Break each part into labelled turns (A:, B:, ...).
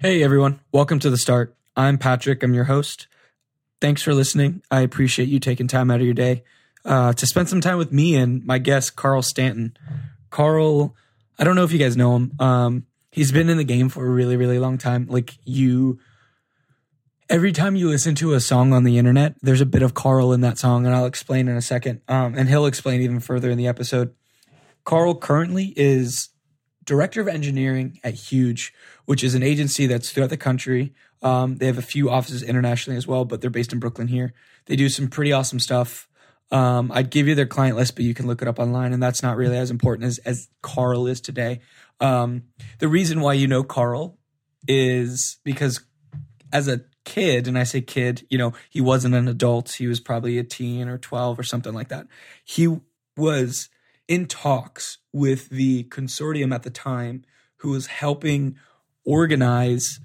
A: Hey everyone, welcome to the start. I'm Patrick, I'm your host. Thanks for listening. I appreciate you taking time out of your day uh, to spend some time with me and my guest, Carl Stanton. Carl, I don't know if you guys know him. Um, he's been in the game for a really, really long time. Like you, every time you listen to a song on the internet, there's a bit of Carl in that song, and I'll explain in a second. Um, and he'll explain even further in the episode. Carl currently is director of engineering at Huge, which is an agency that's throughout the country. Um, they have a few offices internationally as well, but they're based in Brooklyn here. They do some pretty awesome stuff. Um, I'd give you their client list, but you can look it up online, and that's not really as important as as Carl is today. Um, the reason why you know Carl is because as a kid, and I say kid, you know, he wasn't an adult. He was probably a teen or 12 or something like that. He was in talks with the consortium at the time who was helping organize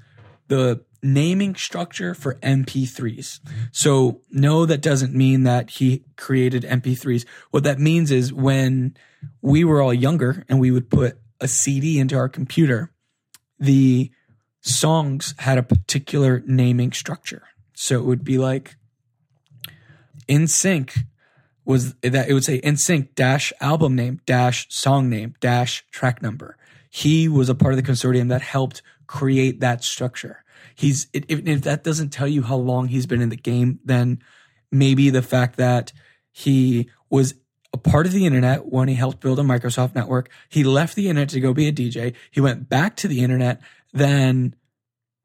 A: the naming structure for MP3s. So, no, that doesn't mean that he created MP3s. What that means is when we were all younger and we would put a CD into our computer, the songs had a particular naming structure. So it would be like in sync was that it would say in sync dash album name dash song name dash track number. He was a part of the consortium that helped create that structure. He's if, if that doesn't tell you how long he's been in the game, then maybe the fact that he was a part of the internet when he helped build a Microsoft network. He left the internet to go be a DJ. He went back to the internet. Then,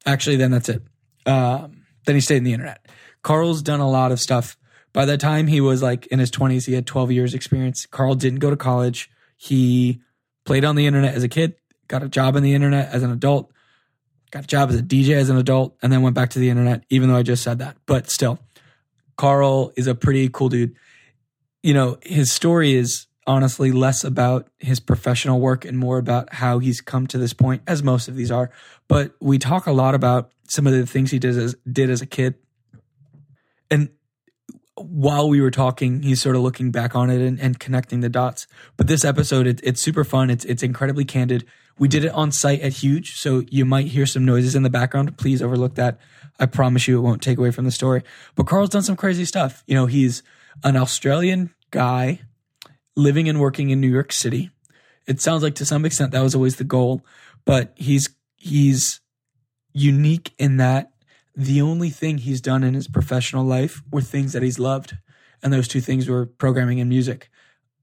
A: actually, then that's it. Um, then he stayed in the internet. Carl's done a lot of stuff. By the time he was like in his 20s, he had 12 years experience. Carl didn't go to college. He played on the internet as a kid, got a job on the internet as an adult, got a job as a DJ as an adult, and then went back to the internet, even though I just said that. But still, Carl is a pretty cool dude. You know, his story is honestly less about his professional work and more about how he's come to this point, as most of these are. But we talk a lot about some of the things he did as did as a kid. And while we were talking, he's sort of looking back on it and, and connecting the dots. But this episode, it, it's super fun. It's it's incredibly candid. We did it on site at Huge, so you might hear some noises in the background. Please overlook that. I promise you, it won't take away from the story. But Carl's done some crazy stuff. You know, he's an Australian guy living and working in New York City. It sounds like to some extent that was always the goal, but he's he's unique in that the only thing he's done in his professional life were things that he's loved. And those two things were programming and music.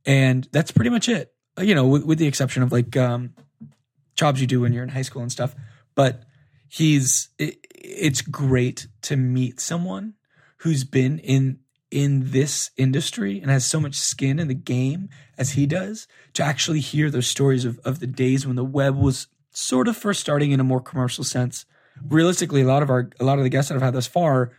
A: And that's pretty much it, Uh, you know, with, with the exception of like um, jobs you do when you're in high school and stuff. But he's, it, it's great to meet someone who's been in in this industry and has so much skin in the game as he does to actually hear those stories of, of the days when the web was sort of first starting in a more commercial sense realistically, a lot of our a lot of the guests that I've had thus far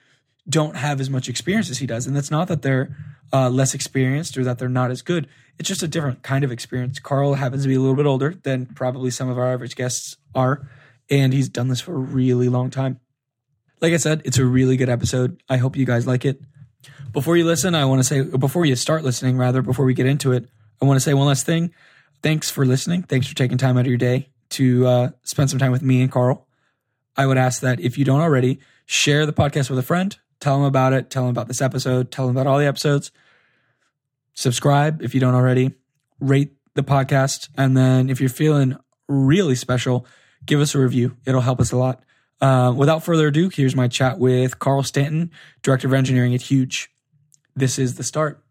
A: don't have as much experience as he does, and that's not that they're uh, less experienced or that they're not as good. It's just a different kind of experience. Carl happens to be a little bit older than probably some of our average guests are, and he's done this for a really long time. Like I said, it's a really good episode. I hope you guys like it. Before you listen, I want to say before you start listening, rather before we get into it, I want to say one last thing. Thanks for listening. Thanks for taking time out of your day to uh, spend some time with me and Carl. I would ask that if you don't already, share the podcast with a friend, tell them about it, tell them about this episode, tell them about all the episodes. Subscribe if you don't already, rate the podcast, and then if you're feeling really special, give us a review. It'll help us a lot. Uh, without further ado, here's my chat with Carl Stanton, Director of Engineering at Huge. This is the start.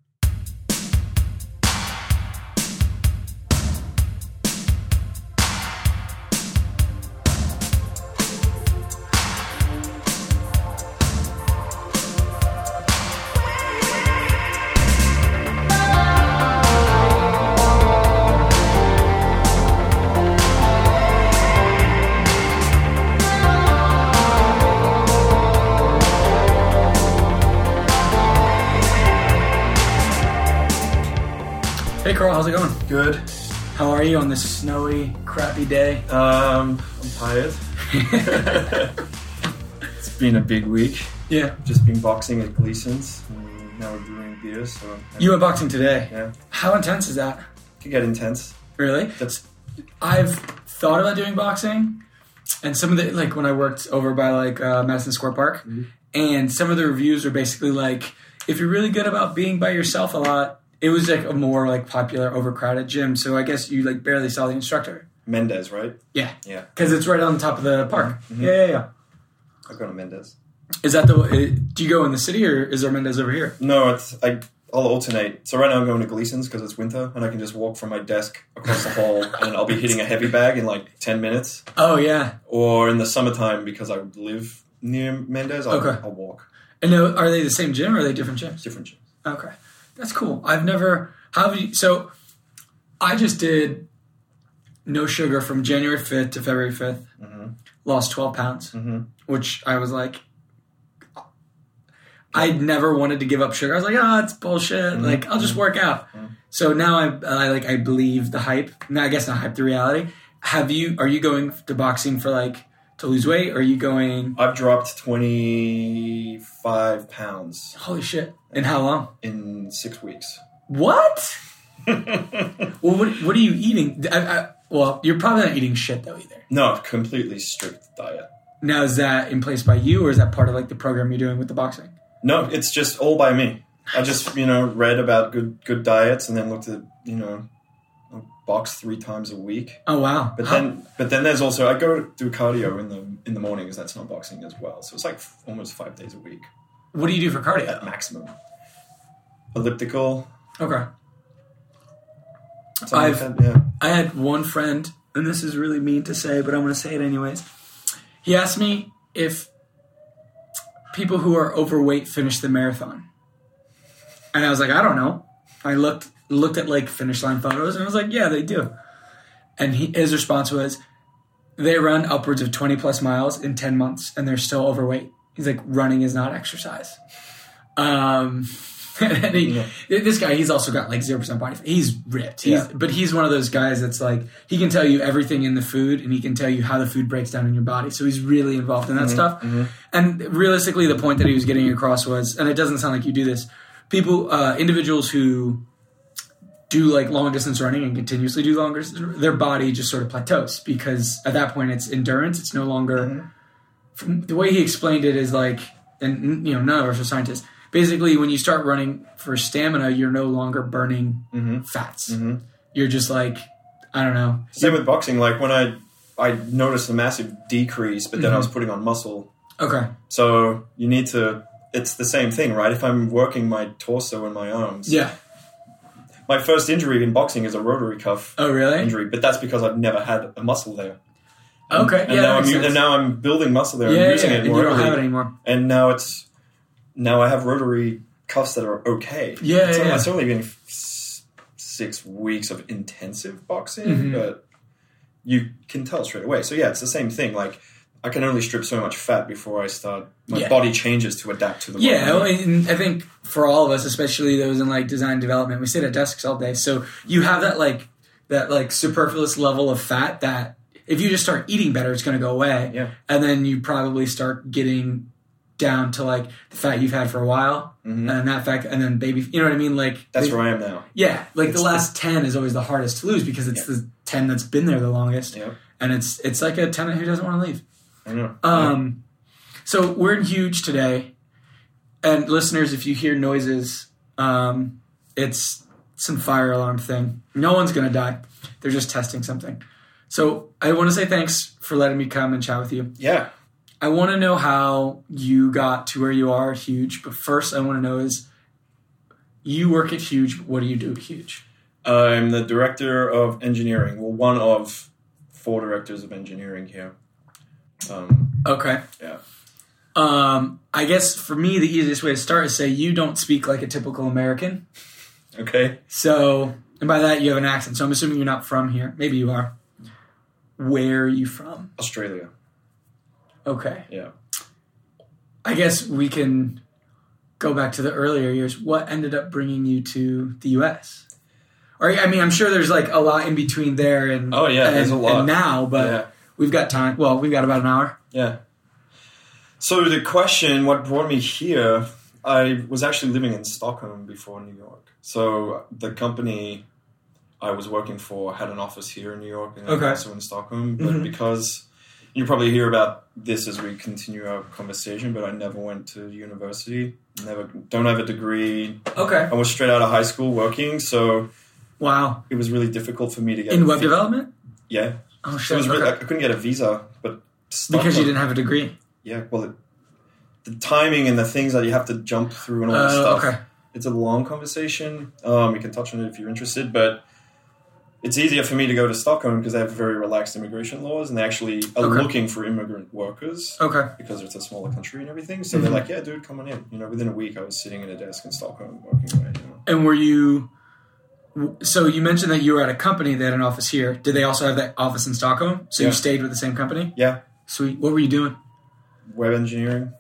A: Hey, Carl, how's it going?
B: Good.
A: How are you on this snowy, crappy day?
B: Um, I'm tired. it's been a big week.
A: Yeah.
B: Just been boxing at Gleason's. And now we're brewing beer, so
A: You went boxing today.
B: yeah,
A: How intense is that?
B: could get intense.
A: Really?
B: That's
A: I've thought about doing boxing. and some of the like when I worked over by like uh, Madison Square Park, and some of the reviews were basically like, if you're really good about being by yourself a lot, it was like a more like popular overcrowded gym. So I guess you like barely saw the instructor.
B: Mendez, right?
A: Yeah, Mm-hmm.
B: Yeah,
A: because it's right on top of the park. Yeah, yeah, yeah.
B: I've gone to Mendez.
A: Is that the? uh, Do you go in the city or is there Mendez over here?
B: No, it's I. I'll alternate. So right now I'm going to Gleason's because it's winter, and I can just walk from my desk across the hall, and I'll be hitting a heavy bag in like ten minutes.
A: Oh yeah.
B: Or in the summertime because I live near Mendez, I'll,
A: Okay.
B: I'll walk.
A: And now, are they the same gym or are they different gyms?
B: Different gym.
A: Okay, that's cool. I've never. How have you? So, I just did no sugar from January fifth to February 5th Lost twelve pounds,
B: Mhm.
A: which I was like, I never wanted to give up sugar. I was like, oh, it's bullshit. Like, I'll just work out. So now I, I like I believe the hype. No, I guess not hype. The reality. Have you? Are you going to boxing for like to lose weight? Or are you going?
B: I've dropped twenty five pounds
A: Holy shit! In how long?
B: in six weeks.
A: What? Well, what, what are you eating? I, I, well, you're probably not eating shit though either.
B: no, completely strict diet.
A: Now, is that in place by you, or is that part of like the program you're doing with the boxing?
B: No, it's just all by me. I just you know read about good good diets and then looked at you know I box three times a week.
A: Oh wow!
B: But
A: How-
B: then, but then there's also I go do cardio in the in the mornings. That's not boxing as well. So it's like f- almost five days a week
A: what do you do for
B: at
A: cardio?
B: maximum. Elliptical.
A: Okay,
B: something like
A: I've-
B: that, yeah.
A: I had one friend, and this is really mean to say, but I'm going to say it anyways. He asked me if people who are overweight finish the marathon, and I was like, I don't know. I looked looked at like finish line photos, and I was like, yeah, they do. And he, his response was, they run upwards of 20 plus miles in 10 months, and they're still overweight. He's like, running is not exercise. Um, and he, This guy, he's also got like zero percent body fat. He's ripped. He's,
B: Yeah.
A: But he's one of those guys that's like he can tell you everything in the food, and he can tell you how the food breaks down in your body. So he's really involved in that stuff. And realistically, the point that he was getting across was, and it doesn't sound like you do this. People, uh, individuals who do like long distance running and continuously do longer, their body just sort of plateaus because at that point it's endurance. It's no longer the way he explained it is like, and you know, none of us are scientists. Basically, when you start running for stamina, you're no longer burning
B: Mm-hmm.
A: fats. You're just like, I don't know.
B: Same with boxing. Like when I I noticed a massive decrease, but then I was
A: Mm-hmm.
B: putting on muscle.
A: Okay,
B: So you need to. It's the same thing, right? If I'm working my torso and my arms.
A: yeah.
B: My first injury in boxing is a rotary cuff
A: Oh, really?
B: injury, but that's because I've never had a muscle there.
A: Okay,
B: And
A: yeah.
B: now
A: that
B: I'm
A: makes
B: u-
A: sense.
B: and now I'm building muscle there
A: yeah,
B: and
A: yeah,
B: using
A: yeah.
B: it
A: and
B: more.
A: you don't
B: early.
A: have it anymore.
B: and now it's now I have rotary cuffs that are okay.
A: Yeah,
B: it's
A: yeah,
B: not-
A: yeah.
B: It's only been s- six weeks of intensive boxing,
A: Mhm.
B: but you can tell straight away. So yeah, it's the same thing. Like I can only strip so much fat before I start. My
A: Yeah.
B: body changes to adapt to the.
A: Yeah,
B: world.
A: well, and I think for all of us, especially those in like design development, we sit at desks all day, so you have that like that like superfluous level of fat that if you just start eating better, it's going to go away.
B: Yeah.
A: and then you probably start getting down to like the fat you've had for a while, and then that fat, and then baby, you know what I mean? Like
B: Mm-hmm. that's
A: the-
B: where I am now.
A: Yeah, like the
B: It's-
A: last ten is always the hardest to lose because it's the ten that's been there the longest,
B: Yeah,
A: and it's it's like a tenant who doesn't want to leave.
B: I know.
A: Um, so we're in huge today, and listeners, if you hear noises, um, it's some fire alarm thing. No one's gonna die. They're just testing something. So I want to say thanks for letting me come and chat with you.
B: yeah,
A: I want to know how you got to where you are, at huge. But first, I want to know is you work at huge. What do you do at huge?
B: I'm the director of engineering. Well, one of four directors of engineering here. Um,
A: Okay.
B: yeah.
A: Um, I guess for me, the easiest way to start is say you don't speak like a typical American.
B: Okay.
A: So, and by that you have an accent. So I'm assuming you're not from here. Maybe you are. Where are you from?
B: Australia.
A: Okay.
B: Yeah.
A: I guess we can go back to the earlier years. What ended up bringing you to the U.S.? Or I mean, I'm sure there's like a lot in between there and
B: Oh, yeah,
A: and,
B: there's a lot.
A: and now, uh, but
B: Yeah.
A: we've got time. Well, we've got about an hour.
B: Yeah. So the question, what brought me here? I was actually living in Stockholm before New York. So the company I was working for had an office here in New York and
A: Okay.
B: also in Stockholm, but
A: Mhm.
B: because You'll probably hear about this as we continue our conversation, but I never went to university. Never, don't have a degree.
A: Okay.
B: I was straight out of high school working, so
A: Wow.
B: it was really difficult for me to get
A: In web development?
B: Yeah,
A: Oh
B: it
A: shit.
B: was really, I
A: okay.
B: couldn't get a visa,
A: Because
B: but
A: you
B: Stockholm-
A: didn't have a degree.
B: Yeah, well, it, the timing and the things that you have to jump through and all that
A: Uh,
B: stuff.
A: okay.
B: It's a long conversation. Um, we can touch on it if you're interested, but it's easier for me to go to Stockholm because they have very relaxed immigration laws and they actually are
A: Okay.
B: looking for immigrant workers
A: Okay.
B: because it's a smaller country and everything. So
A: Mm-hmm.
B: they're like, "Yeah, dude, come on in." You know, within a week, I was sitting at a desk in Stockholm working away. You know?
A: And were you? So you mentioned that you were at a company that had an office here. Did they also have that office in Stockholm? So
B: Yeah.
A: you stayed with the same company.
B: Yeah,
A: Sweet. What were you doing?
B: web engineering,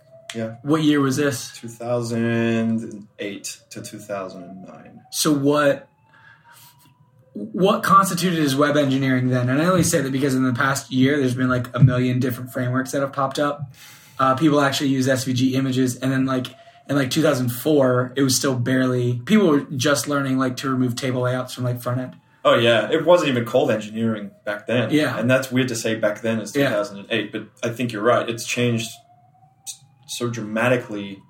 A: What year was this?
B: 2008 to 2009.
A: So what? What constituted as web engineering then? And I only say that because in the past year, there's been like a million different frameworks that have popped up. Uh, people actually use SVG images, and then like in like 2004, it was still barely. People were just learning like to remove table layouts from like front end.
B: Oh yeah, it wasn't even called engineering back then.
A: Yeah.
B: and that's weird to say back then is
A: Yeah.
B: 2008, but I think you're right. It's changed s- so dramatically.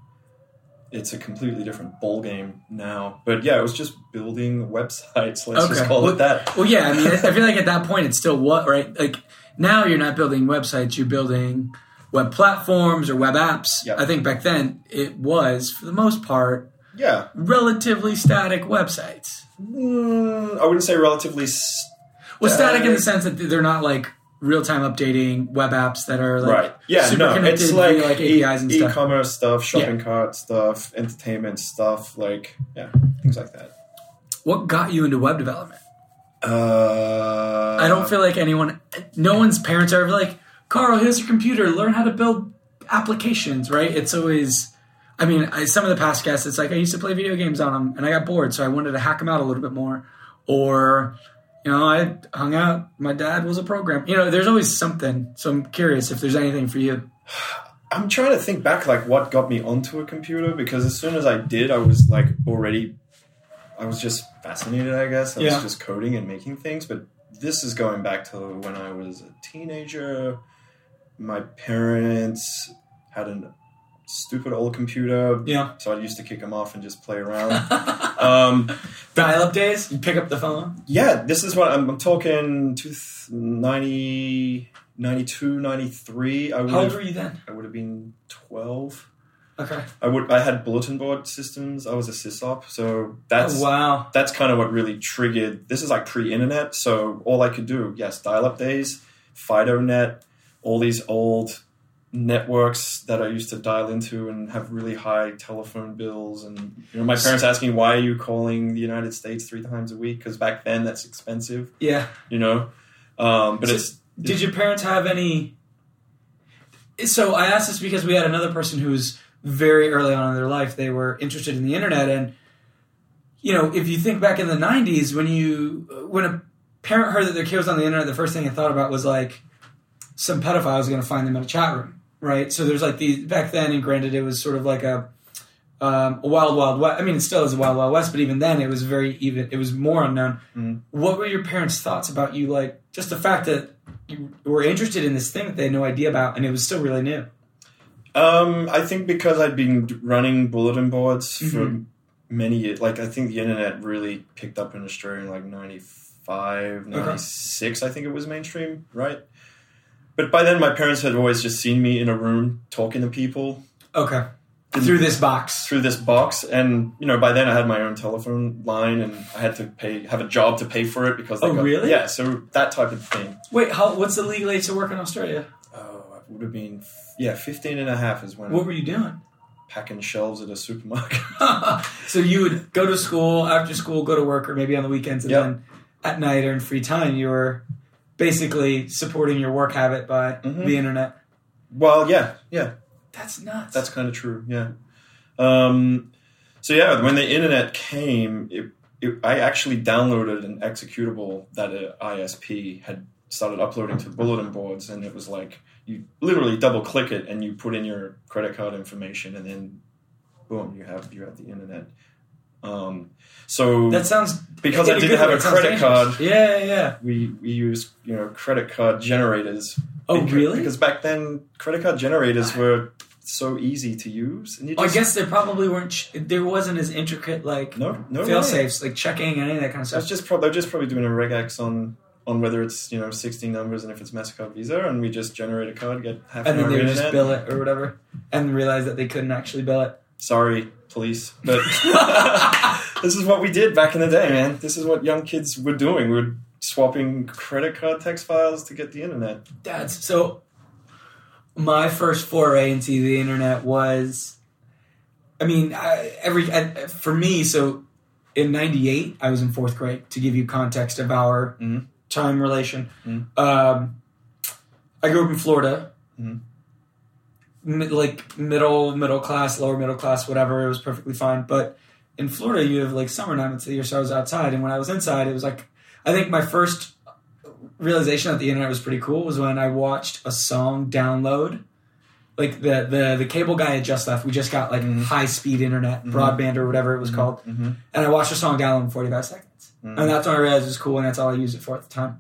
B: It's a completely different ball game now. But yeah, it was just building websites. Let's
A: Okay.
B: just call
A: Well-
B: it that.
A: Well, yeah, I mean, I feel like at that point it's still what, right? Like now you're not building websites, you're building web platforms or web apps.
B: Yeah.
A: I think back then it was, for the most part,
B: Yeah,
A: relatively static websites.
B: Mm, I wouldn't say relatively. s-
A: Well, static in the
B: Static.
A: sense that they're not like real time updating web apps that are like
B: right. Yeah,
A: super
B: no,
A: connected
B: it's
A: via,
B: like,
A: like
B: e-
A: APIs and stuff.
B: e-commerce stuff, shopping cart stuff, entertainment stuff, like yeah, things like that.
A: What got you into web development?
B: Uh,
A: I don't feel like anyone, no one's parents are ever like, Carl, here's your computer, learn how to build applications, right? It's always, I mean, I, some of the past guests, it's like, I used to play video games on them and I got bored, so I wanted to hack them out a little bit more. Or, you know, I hung out, my dad was a programmer. You know, there's always something. So I'm curious if there's anything for you.
B: I'm trying to think back, like what got me onto a computer because as soon as I did, I was like already, I was just fascinated. I guess I
A: Yeah.
B: was just coding and making things. But this is going back to when I was a teenager. My parents had an stupid old computer,
A: Yeah.
B: so I used to kick them off and just play around. um,
A: Dial up days, you pick up the phone.
B: yeah, this is what I'm, I'm talking. Two th- 90, 92, 93. I would
A: How old were
B: have,
A: you then?
B: I would have been twelve.
A: Okay.
B: I would I had bulletin board systems. I was a sysop, so that's
A: oh, wow.
B: that's kind of what really triggered. This is like pre-internet, so all I could do, yes, dial-up days, FidoNet, all these old networks that I used to dial into and have really high telephone bills, and you know my parents asking why are you calling the United States three times a week because back then that's expensive,
A: Yeah.
B: you know. Um, but
A: So-
B: it's
A: Did your parents have any? So I asked this because we had another person who was very early on in their life. They were interested in the internet, and you know, if you think back in the '90s, when you when a parent heard that their kid was on the internet, the first thing they thought about was like some pedophile is going to find them in a chat room, right? So there's like these back then, and granted, it was sort of like a um, a wild wild west. I mean, it still is a wild wild west, but even then, it was very even. It was more unknown.
B: Mm.
A: What were your parents' thoughts about you? Like just the fact that you were interested in this thing that they had no idea about, and it was still really new.
B: Um, I think because I'd been d- running bulletin boards
A: Mm-hmm.
B: for many years, like I think the internet really picked up in Australia in like 95, 96, I think it was mainstream, right? But by then, my parents had always just seen me in a room talking to people
A: Okay, through this box.
B: through this box, and you know, by then I had my own telephone line, and I had to pay have a job to pay for it because they
A: Oh,
B: got,
A: really?
B: yeah, so that type of thing.
A: Wait, how? What's the legal age to work in Australia?
B: Oh, I would have been f- yeah, 15 and a half is when
A: What were you doing?
B: packing shelves at a supermarket.
A: so you would go to school after school, go to work, or maybe on the weekends, and
B: Yep.
A: then at night or in free time, you were basically supporting your work habit by
B: Mhm.
A: the internet.
B: well, yeah, yeah.
A: Mm-hmm. That's nuts.
B: That's kind of true. Yeah. Um, so yeah, when the internet came, it, it, I actually downloaded an executable that a ISP had started uploading to bulletin boards, and it was like you literally double click it and you put in your credit card information, and then boom, you have you have the internet. Um, so
A: that sounds
B: because I
A: in
B: didn't
A: good
B: have
A: way,
B: a
A: it sounds
B: credit
A: dangerous.
B: card,
A: Yeah, yeah, yeah.
B: we we use you know credit card generators
A: Oh,
B: Because-
A: really? Ah.
B: Because back then, credit card generators were so easy to use, and you
A: I
B: just
A: guess there probably weren't. ch- There wasn't as intricate like
B: no no
A: fail
B: way.
A: safes, like checking and any of that kind of
B: That's
A: stuff.
B: just prob- they're just probably doing a regex on on whether it's you know 16 numbers and if it's Mastercard Visa, and we just generate a card, get half
A: And
B: an
A: then
B: hour
A: they would
B: internet.
A: just bill it or whatever, and realize that they couldn't actually bill it.
B: Sorry, police, but this is what we did back in the day, man. This is what young kids were doing. We were swapping credit card text files to get the internet.
A: That's so. My first foray into the internet was, I mean, I, every I, for me. So, in '98, I was in fourth grade. To give you context of our
B: Mhm.
A: time relation,
B: Mhm.
A: um, I grew up in Florida,
B: Mhm.
A: mid, like middle middle class, lower middle class, whatever. It was perfectly fine, but in Florida, you have like summer time of the year, so I was outside. And when I was inside, it was like I think my first realization that the internet was pretty cool was when I watched a song download. Like the the the cable guy had just left. We just got like
B: Mhm.
A: high speed internet,
B: Mhm.
A: broadband or whatever it was called.
B: Mm-hmm.
A: And I watched a song download in forty five seconds,
B: Mhm.
A: and that's when I realized it was cool, and that's all I used it for at the time.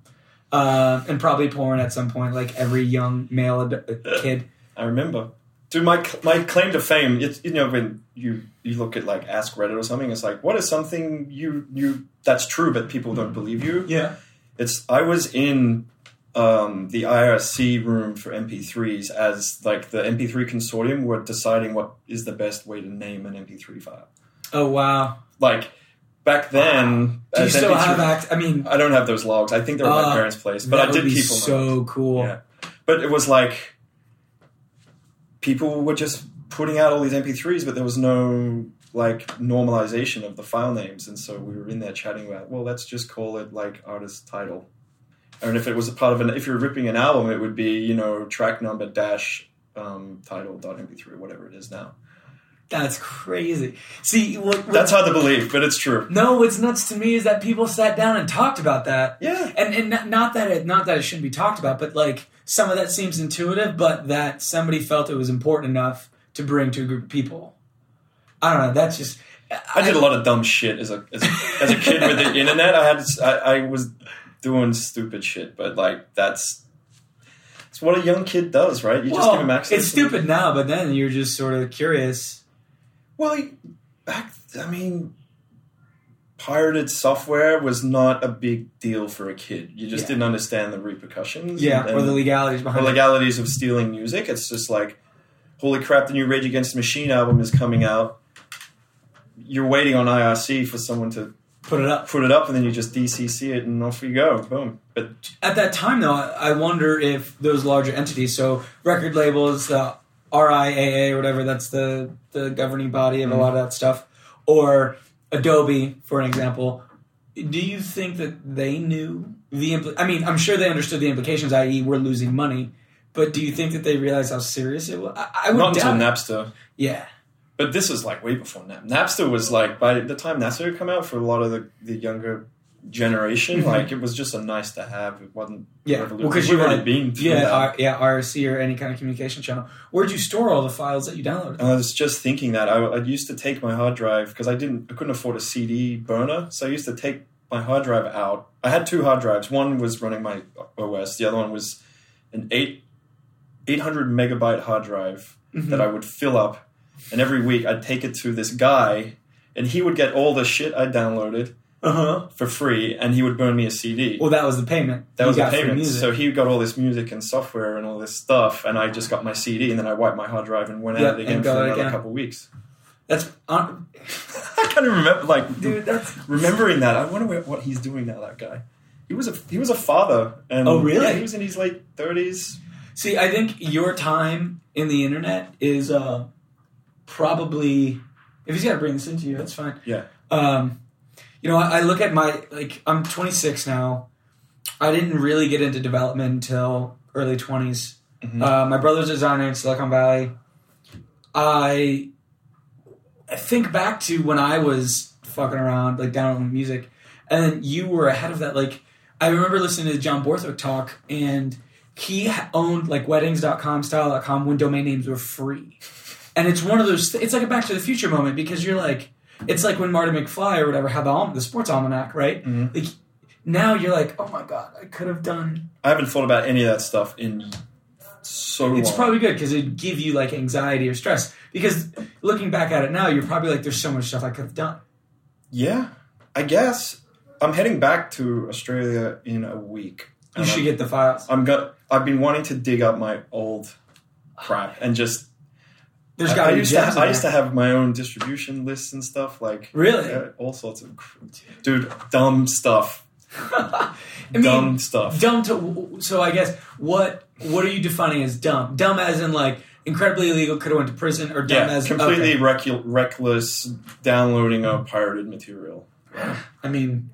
A: Um and probably porn at some point, like every young male ad- uh, kid.
B: I remember. Dude, my my claim to fame, it's you know when you you look at like Ask Reddit or something, it's like what is something you you that's true but people
A: Hmm.
B: don't believe you.
A: Yeah.
B: It's I was in um, the IRC room for MP3s as like the MP3 consortium were deciding what is the best way to name an MP3 file.
A: Oh wow.
B: Like back then,
A: Do you
B: as
A: still
B: MP3
A: have act? I mean,
B: I don't have those logs. I think they're at
A: Ah,
B: my parents' place, but
A: that
B: I did
A: would be
B: keep them.
A: so cool.
B: Yeah. But it was like people were just putting out all these MP3s, but there was no like normalization of the file names, and so we were in there chatting about, well, let's just call it like artist title. And if it was a part of an, if you're ripping an album, it would be you know track number dash um, title dot MP3 whatever it is now.
A: That's crazy. See, what, what,
B: That's hard to believe, but it's true.
A: no. What's nuts to me is that people sat down and talked about that.
B: Yeah,
A: and and not, not that it not that it shouldn't be talked about, but like some of that seems intuitive, but that somebody felt it was important enough to bring to a group of people. I don't know. That's just
B: I did a lot of dumb shit as a as a, as a kid with the internet. I had I, I was doing stupid shit, but like that's it's what a young kid does, right? You just
A: well,
B: give him access.
A: It's
B: and-
A: stupid now, but then you're just sort of curious.
B: Well, you- back I mean, pirated software was not a big deal for a kid. You just
A: Yeah.
B: didn't understand the repercussions.
A: Yeah,
B: and-
A: or the legalities
B: the
A: behind it.
B: legalities of stealing music. It's just like, holy crap, the new Rage Against the Machine album is coming out. You're waiting on IRC for someone to
A: Put it up.
B: put it up and then you just DCC it and off you go. Boom. But
A: At that time, though, I I wonder if those larger entities, so record labels, the RIAA or whatever, that's the, the governing body of a lot of that stuff, or Adobe, for an example, do you think that they knew the impl- I mean, I'm sure they understood the implications, i.e., we're losing money, but do you think that they realized how serious it was? I, I would
B: not until
A: doubt it.
B: Napster.
A: Yeah.
B: But this was like way before Nap. Napster was like by the time Napster had come out for a lot of the, the younger generation,
A: Mhm.
B: like it was just a nice to have. It wasn't
A: Yeah.
B: revolutionary.
A: Well, because
B: We've
A: you were
B: already
A: like,
B: been through
A: yeah,
B: that.
A: R- yeah, RSC or any kind of communication channel. Where'd you store all the files that you downloaded?
B: and I was just thinking that I, I used to take my hard drive because I didn't I couldn't afford a CD burner, so I used to take my hard drive out. I had two hard drives. One was running my OS. The other one was an eight eight hundred megabyte hard drive
A: Mhm.
B: that I would fill up, and every week I'd take it to this guy, and he would get all the shit I downloaded
A: Uh-huh.
B: for free, and he would burn me a CD.
A: Well, that was the payment.
B: that
A: You
B: was the
A: got free
B: payment.
A: music.
B: So he got all this music and software and all this stuff, and I just got my CD, and then I wiped my hard drive and went
A: Yeah,
B: at it again
A: and
B: for
A: got it
B: another
A: again.
B: couple weeks.
A: That's uh, hon-
B: I kind of remember, like,
A: dude. That's
B: remembering that. I wonder what- what he's doing now. That guy. He was a he was a father. And
A: Oh, really?
B: Yeah, he was in his late thirties.
A: see. I think your time in the internet is uh, probably. If he's got to bring this into you, that's fine.
B: Yeah.
A: Um, you know, I, I look at my like. I'm 26 now. I didn't really get into development until early 20s.
B: Mhm.
A: Uh, my brother's a designer in Silicon Valley. I I think back to when I was fucking around, like downloading music, and then you were ahead of that. Like, I remember listening to John Borthwick talk, and he ha- owned like weddings.com, style.com when domain names were free. And it's one of those, th- it's like a Back to the Future moment because you're like, it's like when Marty McFly or whatever had the, alm- the sports almanac, right?
B: Mhm.
A: Like, now you're like, oh my God, I could have done
B: I haven't thought about any of that stuff in so
A: It's
B: long.
A: probably good because it'd give you like anxiety or stress. Because looking back at it now, you're probably like, there's so much stuff I could have done.
B: yeah. I guess I'm heading back to Australia in a week.
A: You
B: And
A: should
B: I'm-
A: get the files.
B: I'm gonna. I've been wanting to dig up my old crap and just.
A: There's
B: I-
A: got
B: I
A: to be
B: used to.
A: gems.
B: ha-
A: in
B: I used to
A: there.
B: have my own distribution lists and stuff like.
A: Really?
B: Yeah, all sorts of, cr- dude, dumb stuff.
A: I mean,
B: dumb stuff.
A: dumb to so i guess what what are you defining as dumb dumb as in like incredibly illegal could have went to prison or dumb
B: yeah,
A: as
B: completely
A: okay.
B: recul- reckless downloading of pirated material.
A: i mean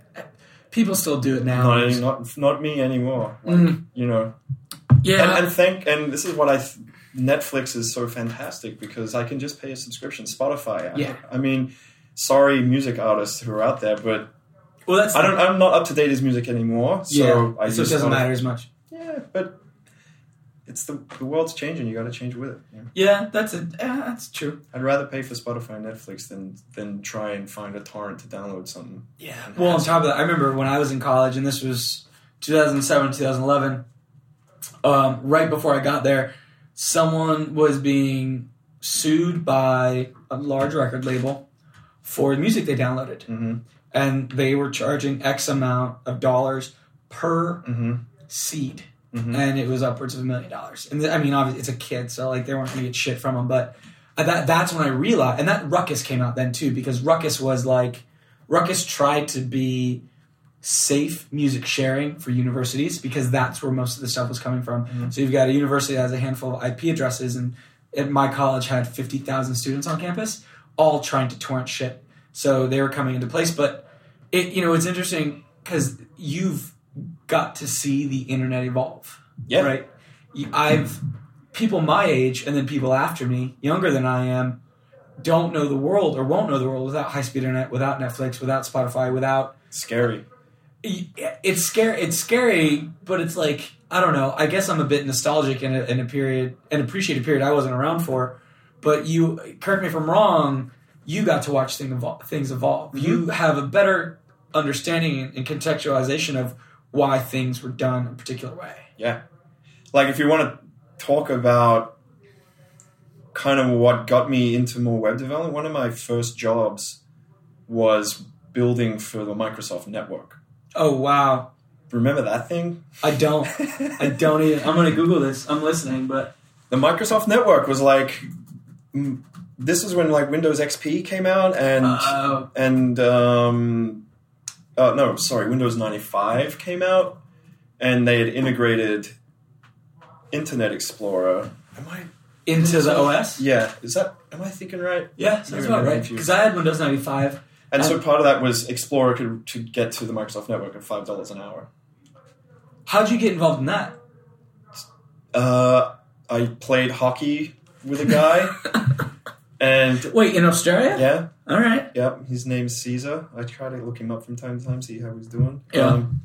A: people still do it now
B: Not, any- not, not me anymore. Like,
A: Mm.
B: You know,
A: yeah
B: and, and think, and this is what I. Th- Netflix is so fantastic because I can just pay a subscription. Spotify. I-
A: Yeah.
B: I mean, sorry, music artists who are out there, but
A: well that's
B: I don't. I'm not up to date as music anymore. So
A: yeah
B: I
A: so it
B: just
A: doesn't
B: wanna-
A: matter as much
B: Yeah, but it's the the world's changing. You got to change with it. you know.
A: yeah that's it yeah, that's true
B: I'd rather pay for Spotify and Netflix than than try and find a torrent to download something.
A: yeah well on top of that i remember when i was in college and this was 2007 2011 um, right before i got there someone was being sued by a large record label for music they downloaded
B: Mm-hmm.
A: and they were charging X amount of dollars per
B: Mm-hmm.
A: seed,
B: Mhm.
A: and it was upwards of a million dollars. And th- I mean, obviously, it's a kid, so like they weren't going to get shit from him. But I- that that's when I realized, and that Ruckus came out then too, because Ruckus was like Ruckus tried to be safe music sharing for universities because that's where most of the stuff was coming from. So you've got a university that has a handful of IP addresses, and at my college had fifty thousand students on campus, all trying to torrent shit. So they were coming into place, but it you know it's interesting because you've got to see the internet evolve,
B: Yeah.
A: right? You- I've people my age and then people after me, younger than I am, don't know the world or won't know the world without high speed internet, without Netflix, without Spotify, without
B: Scary.
A: it's scary. It's scary, but it's like I don't know. I guess I'm a bit nostalgic in a, in a period, an appreciated period I wasn't around for. But you, correct me if I'm wrong. You got to watch thing evol- things evolve. You have a better understanding and contextualization of why things were done a particular way.
B: Yeah. Like if you want to talk about kind of what got me into more web development, one of my first jobs was building for the Microsoft network.
A: Oh wow!
B: Remember that thing?
A: I don't. I don't even. I'm gonna Google this. I'm listening, but
B: the Microsoft network was like mm, this is when like Windows XP came out and
A: Oh.
B: and um, uh, no sorry Windows 95 came out and they had integrated Internet Explorer am I
A: into the OS.
B: yeah is that am I thinking right
A: Yeah, sounds
B: You're
A: about right.
B: confused.
A: Because I had Windows 95.
B: and so part of that was Explorer could, to get to the Microsoft network at five dollars an hour
A: How'd you get involved in that?
B: uh, I played hockey with a guy and
A: Wait, in Australia?
B: yeah
A: All right.
B: Yep, his name's Caesar. I try to look him up from time to time, see how he's doing.
A: Yeah.
B: Um,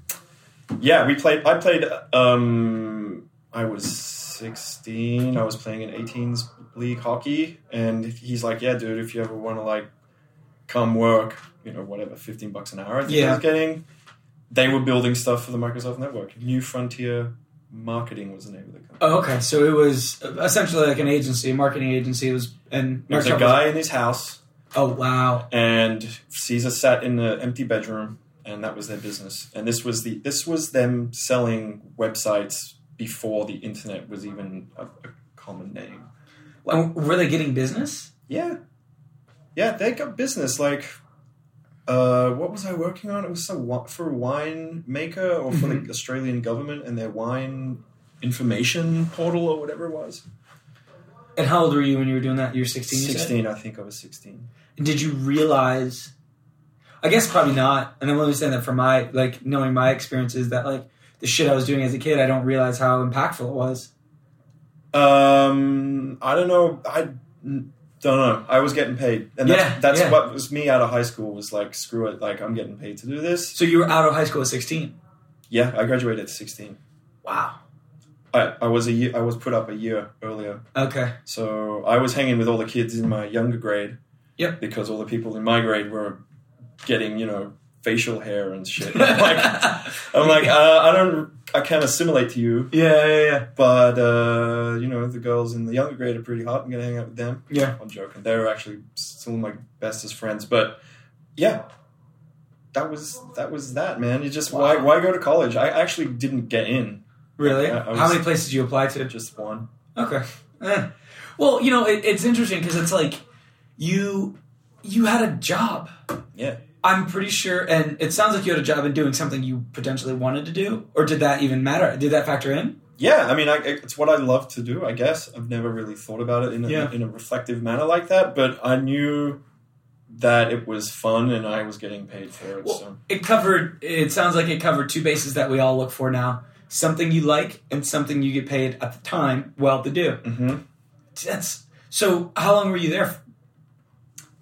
B: yeah, we played. I played. Um, I was sixteen. I was playing in 18s league hockey, and he's like, "Yeah, dude, if you ever want to like come work, you know, whatever, fifteen bucks an hour." I think I
A: Yeah.
B: was getting. They were building stuff for the Microsoft Network. New Frontier Marketing was the name of the company.
A: Oh, okay. So it was essentially like an agency, a marketing agency. It was and
B: There was a
A: Microsoft
B: guy in his house,
A: was- oh wow.
B: and Caesar sat in the empty bedroom, and that was their business. And this was the this was them selling websites before the internet was even a, a common name.
A: And were they getting business?
B: Yeah, yeah, they got business. Like, uh, what was I working on? It was some wi- for a wine maker or for
A: Mm-hmm.
B: the Australian government and their wine information portal or whatever it was.
A: And how old were you when you were doing that? You were sixteen. you said?
B: Sixteen, I think I was sixteen.
A: Did you realize? I guess probably not. And I'm only saying that for my like knowing my experiences that like the shit I was doing as a kid, I don't realize how impactful it was.
B: Um, I don't know. I n- don't know. I was getting paid, and that's,
A: Yeah,
B: that's
A: yeah.
B: what was me out of high school. Was like, screw it. Like, I'm getting paid to do this.
A: So you were out of high school at sixteen.
B: Yeah, I graduated at 16.
A: Wow.
B: I, I was a year. I was put up a year earlier,
A: Okay.
B: so I was hanging with all the kids in my younger grade.
A: Yep.
B: Because all the people in my grade were getting, you know, facial hair and shit. I'm like, I'm like, uh, I don't. I can assimilate to you,
A: Yeah, yeah, yeah.
B: but uh, you know the girls in the younger grade are pretty hot. I'm gonna hang out with them.
A: Yeah.
B: I'm joking. They're actually some of my bestest friends. But yeah, that was that was that man. You just why
A: Wow.
B: why go to college? I actually didn't get in.
A: Really?
B: I- I was-
A: How many places did you apply to?
B: Just one.
A: Okay. Eh. Well, you know, it, it's interesting because it's like you you had a job.
B: Yeah.
A: I'm pretty sure, and it sounds like you had a job in doing something you potentially wanted to do, or did that even matter? Did that factor in?
B: Yeah, I mean, I, it's what I love to do. I guess I've never really thought about it in a,
A: Yeah.
B: in a reflective manner like that, but I knew that it was fun and I was getting paid for it.
A: Well,
B: so
A: It covered. It sounds like it covered two bases that we all look for now: something you like and something you get paid at the time well to do.
B: hmm
A: That's so. How long were you there f-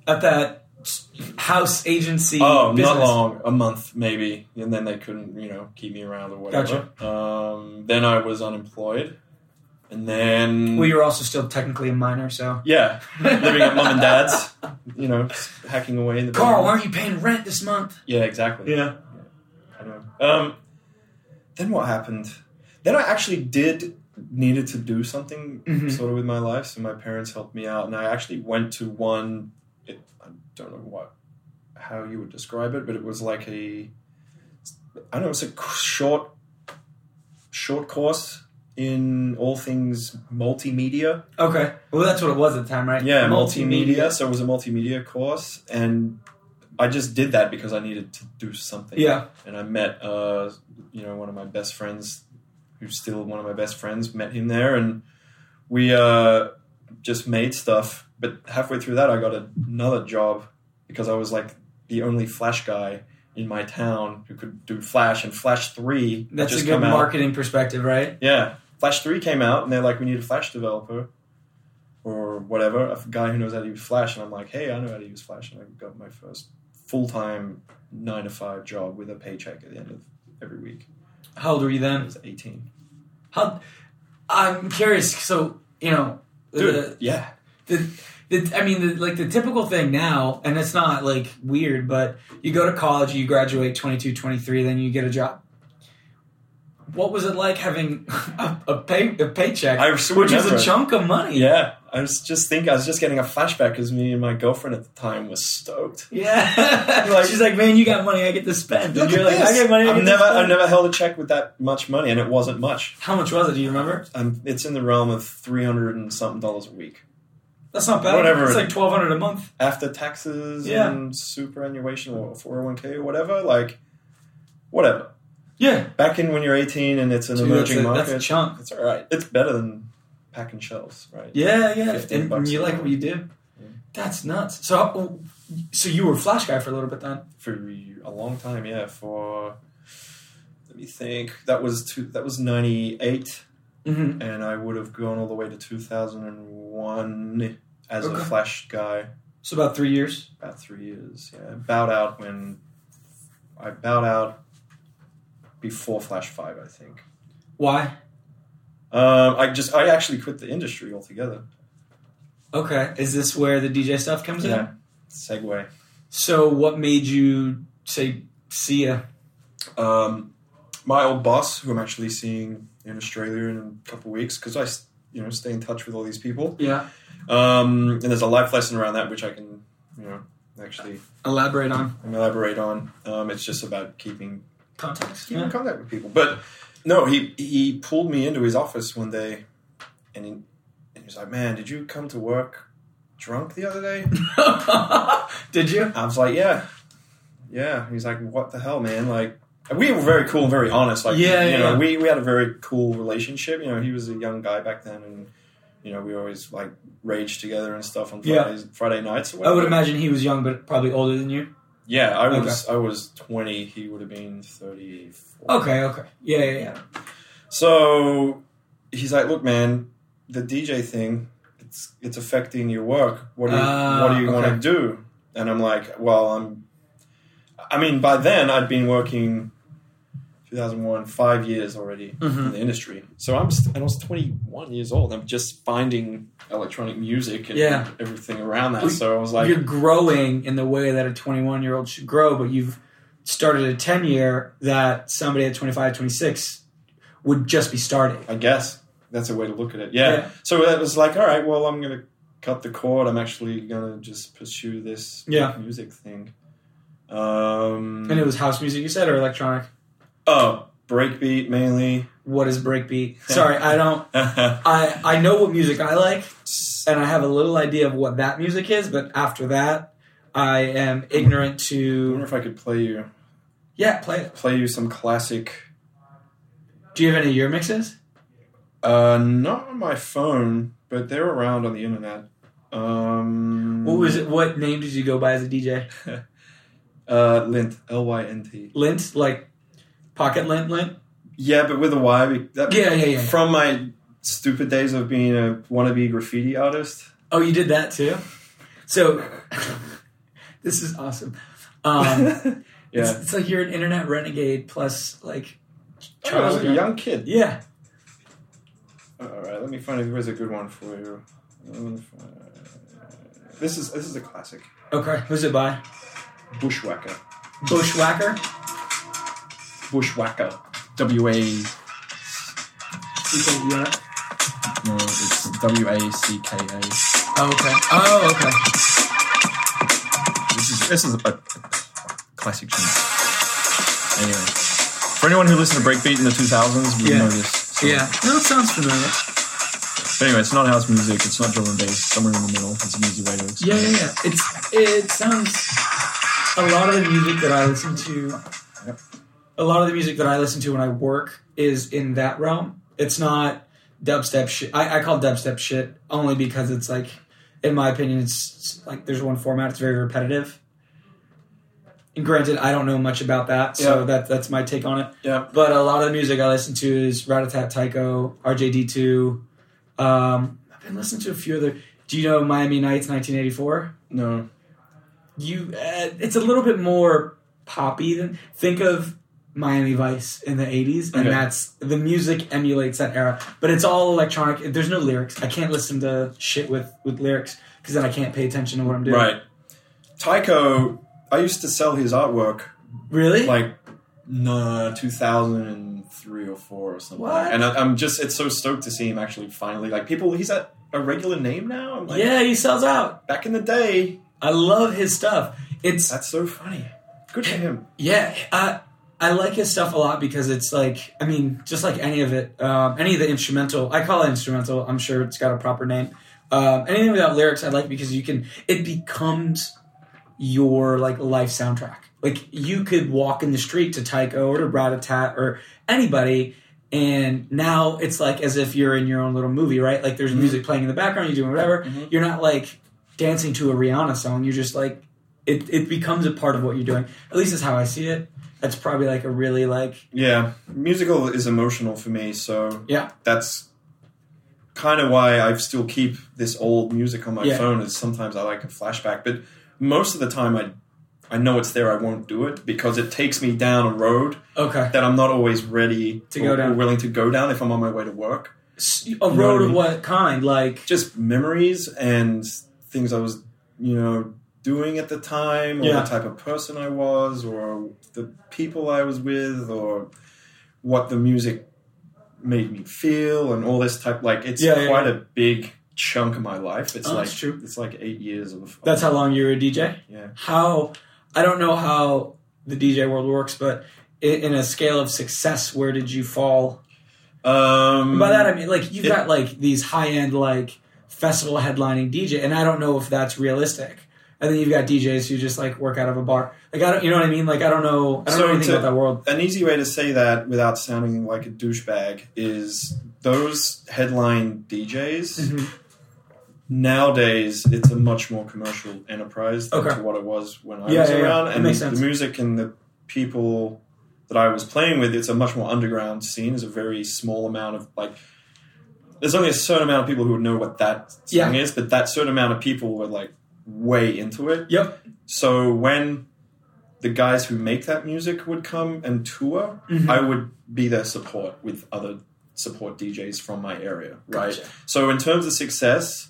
A: at that s- house agency?
B: oh,
A: business?
B: not long, a month maybe, and then they couldn't, you know, keep me around or whatever. Um, then I was unemployed, and then
A: Well, you're also still technically a minor, so
B: yeah, living at mom and dad's, you know, hacking away in the
A: Carl,
B: bedroom.
A: why aren't you paying rent this month?
B: Yeah, exactly.
A: Yeah.
B: I know. Um, then what happened? Then I actually did needed to do something
A: Mhm.
B: sort of with my life, so my parents helped me out, and I actually went to one. It, I don't know what how you would describe it, but it was like a I don't know. It's a c- short short course in all things multimedia.
A: Okay. Well, that's what it was at the time, right?
B: Yeah, multimedia. So it was a multimedia course, and I just did that because I needed to do something.
A: Yeah.
B: and I met, uh, you know, one of my best friends, who's still one of my best friends. Met him there, and we uh, just made stuff. But halfway through that, I got another job because I was like the only Flash guy in my town who could do Flash, and Flash Three had
A: That's a
B: just
A: good
B: come out.
A: marketing perspective, right?
B: Yeah, Flash Three came out, and they're like, "We need a Flash developer, or whatever, a guy who knows how to use Flash." And I'm like, "Hey, I know how to use Flash," and I got my first full time nine to five job with a paycheck at the end of every week.
A: How old were you
B: I
A: then?
B: was 18.
A: How? I'm curious. So you know,
B: Dude, uh, yeah,
A: the, the, the I mean, the, like the typical thing now, and it's not like weird, but you go to college, you graduate 22, 23, then you get a job. What was it like having a, a pay a paycheck,
B: I was
A: which is a
B: remember.
A: chunk of money?
B: yeah. I was just thinking, I was just getting a flashback because me and my girlfriend at the time was stoked.
A: Yeah.
B: Like-
A: She's like, man, you got money I get to spend.
B: Look
A: And you're
B: at
A: like,
B: this.
A: I get money I
B: I've
A: get
B: never,
A: to spend.
B: I've never held a check with that much money, and it wasn't much.
A: How much was it? Do you remember?
B: Um, it's in the realm of 300 and something dollars a week.
A: That's not bad.
B: Whatever.
A: It's like 1200 a month.
B: after taxes
A: Yeah.
B: and superannuation or 401k or whatever, like whatever.
A: Yeah.
B: Back in when you're 18 and it's an
A: Dude,
B: emerging
A: that's, a,
B: market,
A: that's a chunk.
B: it's all right. It's better than packing shelves, right?
A: Yeah, yeah.
B: 15
A: And,
B: bucks
A: you
B: an
A: like
B: hour.
A: what you do?
B: Yeah.
A: That's nuts. So, how- so you were Flash guy for a little bit then?
B: For a long time, yeah. For let me think, that was two, that was 98,
A: Mm-hmm.
B: and I would have gone all the way to 2001 as
A: Okay.
B: a flash guy.
A: So about three years.
B: About three years, yeah. I Bowed out when I bowed out before Flash Five, I think.
A: Why?
B: Um, I just I actually quit the industry altogether.
A: Okay. Is this where the DJ stuff comes in?
B: Segway.
A: So what made you say see ya?
B: Um, my old boss, who I'm actually seeing in Australia in a couple weeks, because I s- you know stay in touch with all these people.
A: Yeah.
B: Um, and there's a life lesson around that which I can you know actually
A: Elaborate on
B: elaborate on. Um, it's just about keeping
A: context.
B: keep in contact with people. But no, he he pulled me into his office one day, and he, and he was like, "Man, did you come to work drunk the other day?"
A: Yeah. Did you?
B: I was like, "Yeah, yeah." He's like, "What the hell, man?" Like. and We were very cool and very honest. Like,
A: Yeah,
B: you
A: yeah,
B: know,
A: yeah.
B: we, we had a very cool relationship. You know, he was a young guy back then, and you know, we always like raged together and stuff on
A: Yeah.
B: Fridays, Friday nights. Or
A: I
B: whatever.
A: would imagine he was young, but probably older than you.
B: Yeah, I was I was twenty. He would have been thirty four.
A: Okay. Okay. Yeah. Yeah. yeah.
B: So he's like, "Look, man, the DJ thing, it's it's affecting your work. What do you,
A: Ah,
B: what do you
A: okay.
B: want to do?" And I'm like, "Well, I'm. I mean, by then I'd been working, 2001, five years already in
A: Mhm.
B: the industry. So I'm st- and I was 21 years old. I'm just finding electronic music and
A: Yeah.
B: everything around that.
A: Well,
B: so I was like,
A: you're growing in the way that a 21 year old should grow, but you've started a 10 year that somebody at 25, 26 would just be starting.
B: I guess that's a way to look at it. Yeah.
A: Yeah.
B: So that was like, all right, well, I'm gonna cut the cord. I'm actually gonna just pursue this
A: Yeah.
B: music thing. Um,
A: And it was house music, you said, or electronic?
B: oh, breakbeat mainly.
A: What is breakbeat? Sorry, I don't. I I know what music I like, and I have a little idea of what that music is, but after that, I am ignorant
B: I wonder
A: to.
B: if I could play you
A: Yeah, play it.
B: play you some classic.
A: Do you have any of your mixes?
B: Uh, not on my phone, but they're around on the internet. Um,
A: What was it? What name did you go by as a DJ?
B: Uh, Lint L Y N T.
A: Lint, like pocket lint, lint.
B: Yeah, but with a Y. be- That,
A: Yeah, yeah, yeah.
B: From my stupid days of being a wannabe graffiti artist.
A: Oh, you did that too.
B: Um,
A: So this is awesome. Um, it's,
B: yeah.
A: it's like you're an internet renegade plus like.
B: I was
A: child-
B: a young kid.
A: Yeah.
B: All right, let me find. Here's a good one for you. Let me find- This is this is a classic.
A: Okay, who's it by?
B: Bushwhacker.
A: Bushwhacker.
B: Bushwhacker. W A. No, it's W A C K A.
A: Oh, okay. Oh, okay.
B: This is this is a, a classic tune. Anyway, for anyone who listened to breakbeat in the 2000s, we
A: Yeah.
B: know this. So-
A: Yeah. No, it sounds familiar.
B: But anyway, it's not house music. It's not drum and bass. Somewhere in the middle. It's an easy way to
A: Yeah,
B: explain.
A: yeah, yeah. It's it sounds a lot of the music that I listen to.
B: Yep.
A: A lot of the music that I listen to when I work is in that realm. It's not dubstep shit. I, I call dubstep shit only because it's like, in my opinion, it's like there's one format. It's very repetitive. And granted, I don't know much about that, so
B: Yeah.
A: that that's my take on it.
B: Yeah.
A: But a lot of the music I listen to is Ratatat Tycho, RJD2. Um, I've been listening to a few other. Do you know Miami Nights 1984?
B: No.
A: You, uh, it's a little bit more poppy than think of Miami Vice in the 80s, and
B: Okay.
A: that's the music emulates that era. But it's all electronic. There's no lyrics. I can't listen to shit with with lyrics because then I can't pay attention to what I'm doing.
B: Right. Tycho, I used to sell his artwork
A: Really?
B: like nah, 2003 or 4 or something.
A: What?
B: And I, I'm just, it's so stoked to see him actually finally. Like, people, he's at a regular name now. I'm like,
A: yeah, he sells out.
B: Back in the day,
A: I love his stuff. It's
B: that's so funny. Good for him.
A: Yeah, I I like his stuff a lot because it's like I mean, just like any of it, um, any of the instrumental. I call it instrumental. I'm sure it's got a proper name. Um, anything without lyrics, I like because you can. It becomes your like life soundtrack. Like you could walk in the street to Tycho or to Ratatat or anybody, and now it's like as if you're in your own little movie, right? Like there's music playing in the background, you're doing whatever.
B: Mhm.
A: You're not like dancing to a Rihanna song. You're just like it. It becomes a part of what you're doing. At least is how I see it. That's probably like a really like
B: Yeah. Musical is emotional for me, so
A: yeah
B: that's kind of why I still keep this old music on my
A: Yeah.
B: phone. Is sometimes I like a flashback, but most of the time I, I know it's there. I won't do it because it takes me down a road
A: okay
B: that I'm not always ready
A: To go
B: or-
A: down.
B: or willing to go down if I'm on my way to work.
A: S- a
B: know what
A: road
B: I
A: of
B: mean?
A: what kind like
B: Just memories and things I was, you know, doing at the time, or
A: Yeah.
B: the type of person I was, or the people I was with, or what the music made me feel, and all this type. Like it's
A: Yeah, yeah,
B: quite a big chunk of my life. It's
A: Oh,
B: like
A: that's true.
B: it's like eight years of.
A: that's how long you were a DJ.
B: Yeah.
A: How I don't know how the DJ world works, but i- in a scale of success, where did you fall
B: Um,
A: And by that I mean like you've
B: It-
A: got like these high end like festival headlining DJ, and I don't know if that's realistic. And then you've got DJs who just like work out of a bar. Like I don't, you know what I mean? Like I don't know, I don't
B: So
A: know anything
B: to-
A: about that world.
B: an easy way to say that without sounding like a douchebag is those headline DJs.
A: Mhm.
B: Nowadays, it's a much more commercial enterprise than
A: Okay.
B: to what it was when I
A: Yeah,
B: was
A: yeah, yeah.
B: around.
A: That
B: And
A: makes
B: the,
A: sense.
B: the music and the people that I was playing with, it's a much more underground scene. It's a very small amount of like. There's only a certain amount of people who would know what that song
A: Yeah.
B: is, but that certain amount of people were like way into it.
A: Yep.
B: So when the guys who make that music would come and tour,
A: Mhm.
B: I would be their support with other support DJs from my area, right?
A: Gotcha.
B: So in terms of success,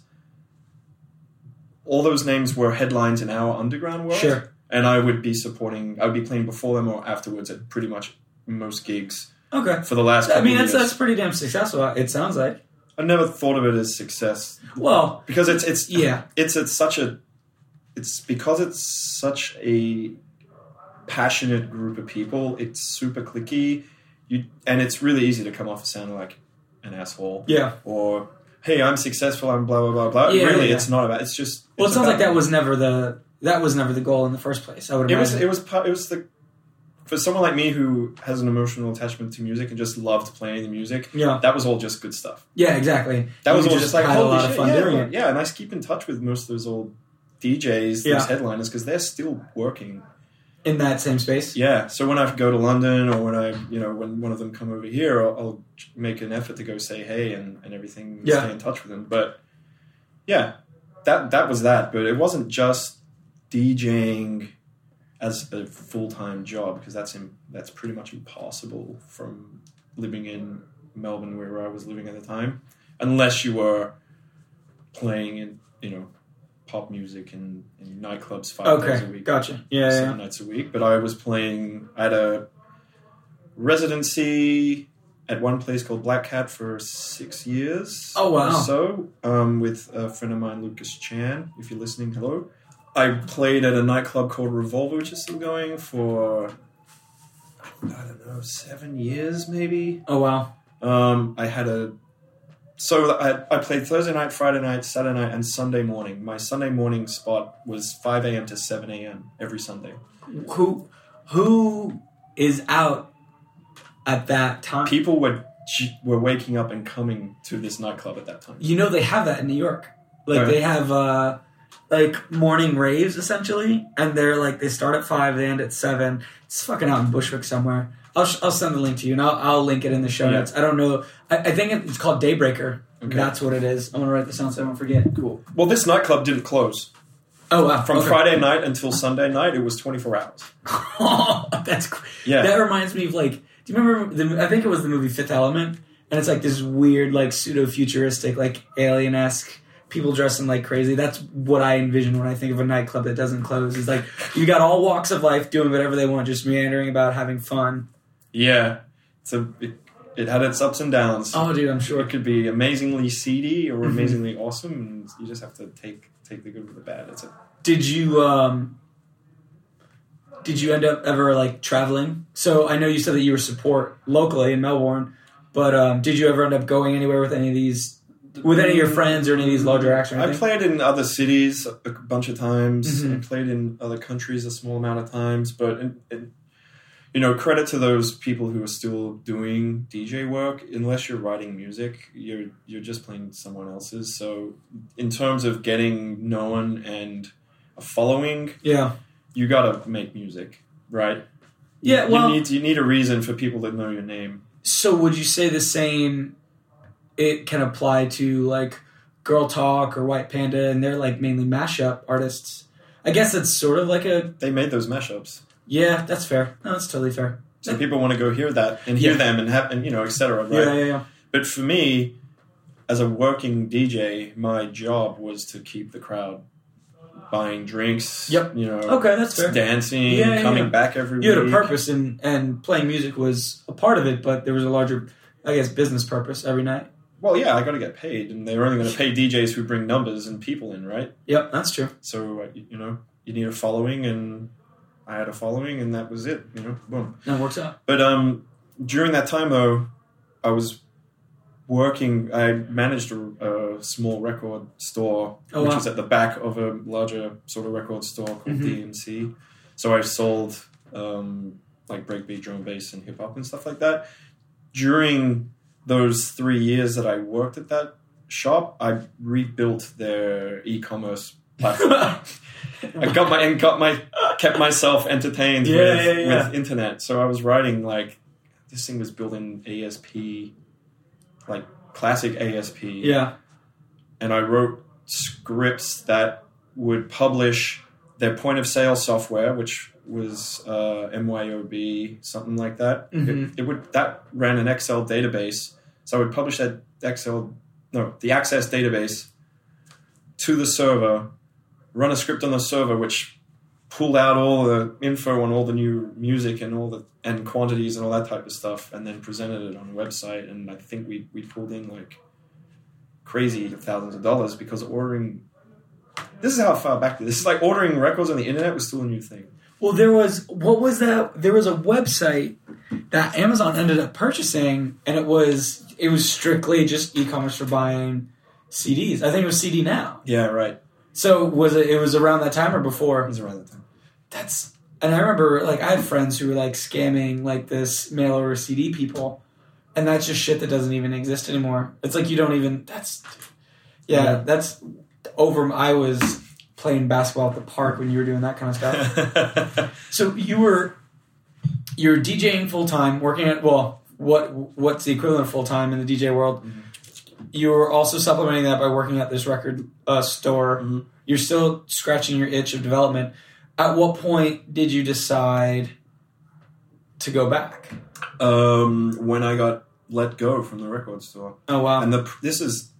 B: all those names were headlines in our underground world,
A: Sure.
B: and I would be supporting. I would be playing before them or afterwards at pretty much most gigs.
A: Okay.
B: for the last.
A: I
B: Couple
A: mean,
B: years.
A: that's that's pretty damn successful. It sounds like.
B: I never thought of it as success
A: Well,
B: because it's it's
A: yeah.
B: it's it's such a it's because it's such a passionate group of people. It's super clicky, you and it's really easy to come off as sounding like an asshole
A: Yeah.
B: or hey, I'm successful. I'm blah blah blah blah.
A: Yeah,
B: really,
A: yeah.
B: it's not about. It's just
A: Well, it
B: it's
A: sounds like
B: about-
A: that was never the that was never the goal in the first place. I would
B: It was
A: imagine.
B: it was pa- it was the for someone like me who has an emotional attachment to music and just loved playing the music.
A: yeah.
B: That was all just good stuff.
A: Yeah. Exactly.
B: That
A: You
B: was all just, like
A: had
B: holy
A: a lot
B: shit,
A: of fun
B: yeah,
A: doing
B: yeah,
A: it.
B: and I keep in touch with most of those old DJs,
A: Yeah.
B: those headliners, because they're still working.
A: in that same space.
B: Yeah, so when I go to London or when I, you know, when one of them come over here, I'll, I'll make an effort to go say hey and, and everything, and
A: Yeah.
B: stay in touch with them. But yeah, that that was that. But it wasn't just DJing as a full time job because that's im- that's pretty much impossible from living in Melbourne where I was living at the time, unless you were playing in you know pop music and, and nightclubs five days a
A: Okay.
B: week
A: Gotcha. Yeah. yeah,
B: seven nights a week. But I was playing at a residency at one place called Black Cat for six years.
A: Oh, wow.
B: Or so um, with a friend of mine, Lucas Chan. If you're listening, hello. I played at a nightclub called Revolver, which is still going for I don't know seven years maybe.
A: Oh wow.
B: Um, I had a so I, I played Thursday night, Friday night, Saturday night, and Sunday morning. My Sunday morning spot was five a.m. to seven a.m. every Sunday.
A: Who who is out at that time?
B: People were j- were waking up and coming to this nightclub at that time.
A: You know they have that in New York. Like
B: Right.
A: they have uh like morning raves essentially, and they're like they start at five, they end at seven. It's fucking out in Bushwick somewhere. I'll, sh- I'll send the link to you, and I'll, I'll link it in the show
B: Yeah.
A: notes. I don't know. I, I think it's called Daybreaker.
B: Okay.
A: That's what it is. I'm gonna write this down so I don't forget.
B: Cool. Well, this nightclub didn't close
A: Oh wow!
B: from
A: Okay.
B: Friday night until Sunday night. It was twenty four hours.
A: Oh, that's cr-
B: Yeah.
A: That reminds me of like. Do you remember the? I think it was the movie Fifth Element, and it's like this weird, like pseudo futuristic, like alien esque people dressing like crazy. That's what I envision when I think of a nightclub that doesn't close. It's like you got all walks of life doing whatever they want, just meandering about, having fun.
B: Yeah. So it, it had its ups and downs.
A: Oh, dude, I'm
B: It
A: sure.
B: could be amazingly seedy or
A: Mhm.
B: amazingly awesome, and you just have to take take the good with the bad. That's it.
A: Did you um? Did you end up ever like traveling? So I know you said that you were support locally in Melbourne, but um, did you ever end up going anywhere with any of these with any of your friends or any of these larger acts or
B: I
A: anything?
B: played in other cities a a bunch of times.
A: Mhm.
B: I played in other countries a small amount of times, but in, in, you know, credit to those people who are still doing DJ work. Unless you're writing music, you're you're just playing someone else's. So, in terms of getting known and a following,
A: yeah,
B: you gotta make music, right?
A: yeah. Well,
B: you need you need a reason for people to know your name.
A: so would you say the same? It can apply to like Girl Talk or White Panda, and they're like mainly mashup artists. I guess it's sort of like a
B: They made those mashups,
A: yeah. That's fair. No, that's totally fair.
B: so people want to go hear that and hear
A: Yeah.
B: them and have and you know, etc. Right?
A: Yeah, yeah, yeah.
B: But for me, as a working DJ, my job was to keep the crowd buying drinks.
A: Yep.
B: You know,
A: Okay, that's fair.
B: dancing,
A: Yeah, yeah,
B: coming
A: yeah.
B: back every
A: you had
B: week.
A: a purpose and and playing music was a part of it but there was a larger i guess business purpose every night
B: Well, yeah, I got to get paid, and they're only going to pay DJs who bring numbers and people in, right?
A: yep that's true
B: So uh, you you know, you need a following, and I had a following, and that was it. You know, boom.
A: that works out
B: But um, during that time, though, I was working. I managed a, a small record store,
A: Oh,
B: which
A: wow.
B: was at the back of a larger sort of record store called
A: Mhm.
B: DMC. So I sold um, like breakbeat, drum and bass, and hip hop and stuff like that. During those three years that I worked at that shop, I rebuilt their e-commerce platform. I got my and got my kept myself entertained
A: Yeah,
B: with,
A: yeah, yeah.
B: with internet. So I was writing like this thing was building ASP, like classic ASP,
A: yeah
B: and I wrote scripts that would publish their point of sale software, which was uh, MYOB, something like that.
A: Mhm.
B: It, it would that ran an Excel database, so I would publish that Excel no the Access database to the server, run a script on the server which pull out all the info on all the new music and all the and quantities and all that type of stuff, and then presented it on a website. And I think we we pulled in like crazy thousands of dollars because ordering. This is how far back this is. Like ordering records on the internet was still a new thing.
A: Well, there was what was that? There was a website that Amazon ended up purchasing, and it was it was strictly just e-commerce for buying CDs. I think it was CD Now.
B: Yeah, right.
A: So was it? It was around that time or
B: It
A: before.
B: was around that time.
A: That's and I remember like I had friends who were like scamming like this mail order CD people, and that's just shit that doesn't even exist anymore. It's like you don't even. That's yeah.
B: Yeah.
A: That's over. I was playing basketball at the park when you were doing that kind of stuff. So you were you're DJing full time, working at well, what what's the equivalent of full time in the DJ world?
B: Mm-hmm.
A: You were also supplementing that by working at this record uh, store.
B: Mhm.
A: You're still scratching your itch of development. At what point did you decide to go back?
B: um, when I got let go from the record store.
A: Oh wow!
B: and the, this is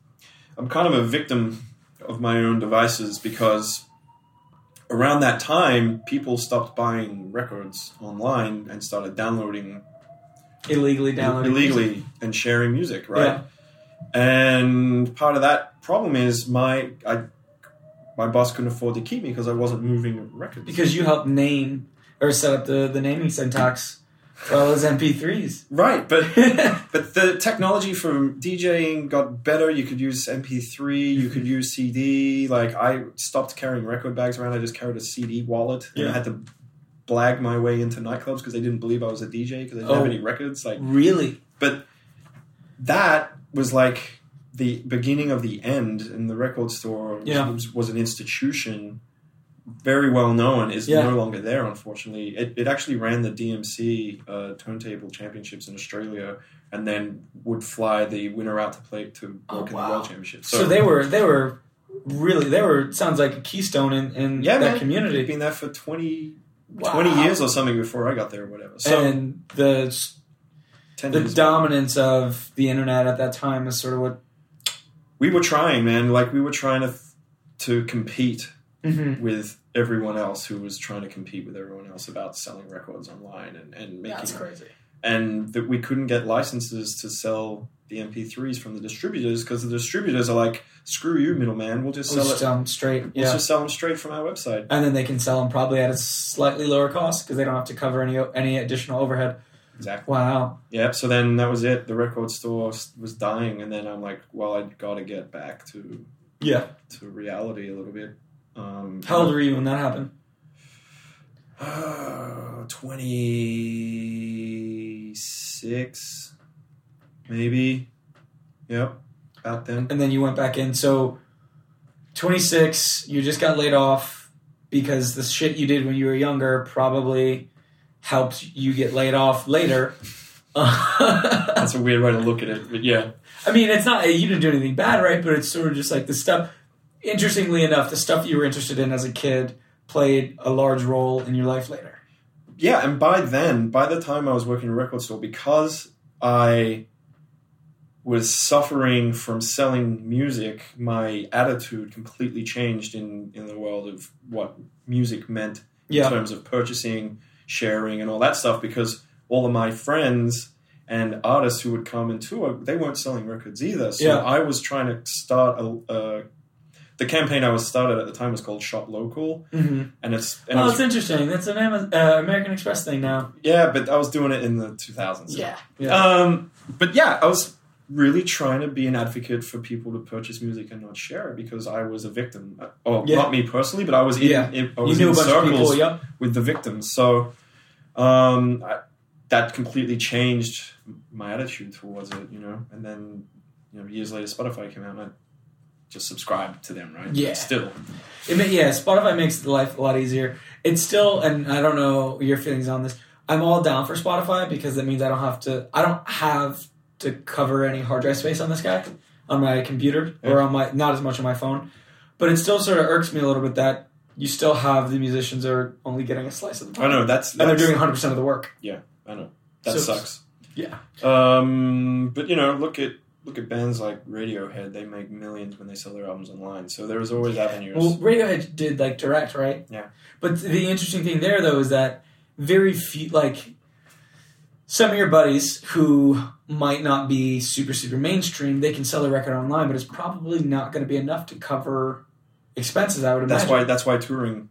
B: i'm kind of a victim of my own devices because around that time people stopped buying records online and started downloading
A: illegally downloading
B: illegally
A: music.
B: and sharing music right and part of that problem is my i my boss couldn't afford to keep me because i wasn't moving records
A: because you helped name or set up the the naming syntax for all those MP3s.
B: right but But the technology from DJing got better. You could use MP3, you could use CD. Like I stopped carrying record bags around. I just carried a CD wallet. And
C: Yeah.
B: I had to blag my way into nightclubs because they didn't believe I was a DJ because I didn't
A: Oh.
B: have any records. Like
A: really?
B: but that was like the beginning of the end in the record store which
A: Yeah.
B: was, was an institution very well known is
A: Yeah.
B: no longer there unfortunately it, it actually ran the dmc uh, turntable championships in australia and then would fly the winner out to play to work
A: Oh,
B: in
A: wow.
B: the world championship
A: So, they were they were really they were sounds like a keystone in, in
B: yeah
A: that
B: man,
A: community.
B: they've been there for 20,
A: Wow.
B: 20 years or something before i got there or whatever so
A: and the
B: 10
A: the
B: years
A: dominance of the internet at that time is sort of what
B: we were trying man like we were trying to to compete with everyone else who was trying to compete with everyone else about selling records online and, and making
A: crazy.
B: and that we couldn't get licenses to sell the MP3s from the distributors because the distributors are like, screw you, middleman, we'll just
A: So
B: sell
A: Mm. just
B: it.
A: um, straight,
B: We'll
A: yeah.
B: just sell them straight from our website.
A: and then they can sell them probably at a slightly lower cost because they don't have to cover any any additional overhead.
B: Exactly.
A: Wow.
B: Yep. So then that was it. The record store s- was dying, and then I'm like, well, I got to get back to
A: Yeah.
B: to reality a little bit. Um,
A: How old were you when that happened?
B: 26 maybe yep about then
A: And then you went back in. So, 26, you just got laid off because the shit you did when you were younger probably helped you get laid off later. I
B: that's a weird way to look at it but yeah
A: mean, it's not, you didn't do anything bad, right? But it's sort of just like the stuff, interestingly enough, the stuff you were interested in as a kid played a large role in your life later.
B: yeah and by then by the time i was working in a record store because i was suffering from selling music my attitude completely changed in in the world of what music meant in
A: Yeah.
B: terms of purchasing, sharing, and all that stuff because all of my friends and artists who would come and tour, they weren't selling records either. So
A: Yeah.
B: I was trying to start a. Uh, the campaign I was started at the time was called Shop Local,
A: Mm-hmm.
B: and it's and I
A: Well, it's
B: was,
A: interesting. That's an Amazon, uh, American Express thing now.
B: yeah, but I was doing it in the 2000s.
A: Yeah.
B: Um, but yeah, I was really trying to be an advocate for people to purchase music and not share it because I was a victim. Uh, Oh,
A: Yeah.
B: not me personally, but I was in,
A: Yeah.
B: in- I
A: you
B: was
A: knew a
B: in
A: bunch
B: circles
A: of people. Yep.
B: with the victims. So um, I, that completely changed my attitude towards it, you know. And then, you know, years later, Spotify came out, and I just subscribed to them, right?
A: Yeah.
B: Still,
A: It ma- yeah, Spotify makes the life a lot easier. It's still, and I don't know your feelings on this. I'm all down for Spotify because that means I don't have to. I don't have to cover any hard drive space on this guy on my computer or on my not as much on my phone. But it still sort of irks me a little bit that you still have the musicians are only getting a slice of the pie.
B: I know that's,
A: and they're
B: that's-
A: doing 100 percent of the work.
B: I know that
A: So-
B: sucks.
A: yeah.
B: Um, but you know, look at look at bands like Radiohead; they make millions when they sell their albums online. So there's always avenues.
A: Well, Radiohead did like direct, right?
B: Yeah.
A: But the interesting thing there, though, is that very few, like some of your buddies who might not be super super mainstream, they can sell their record online, but it's probably not going to be enough to cover expenses. I would
B: that's
A: imagine.
B: why that's why touring.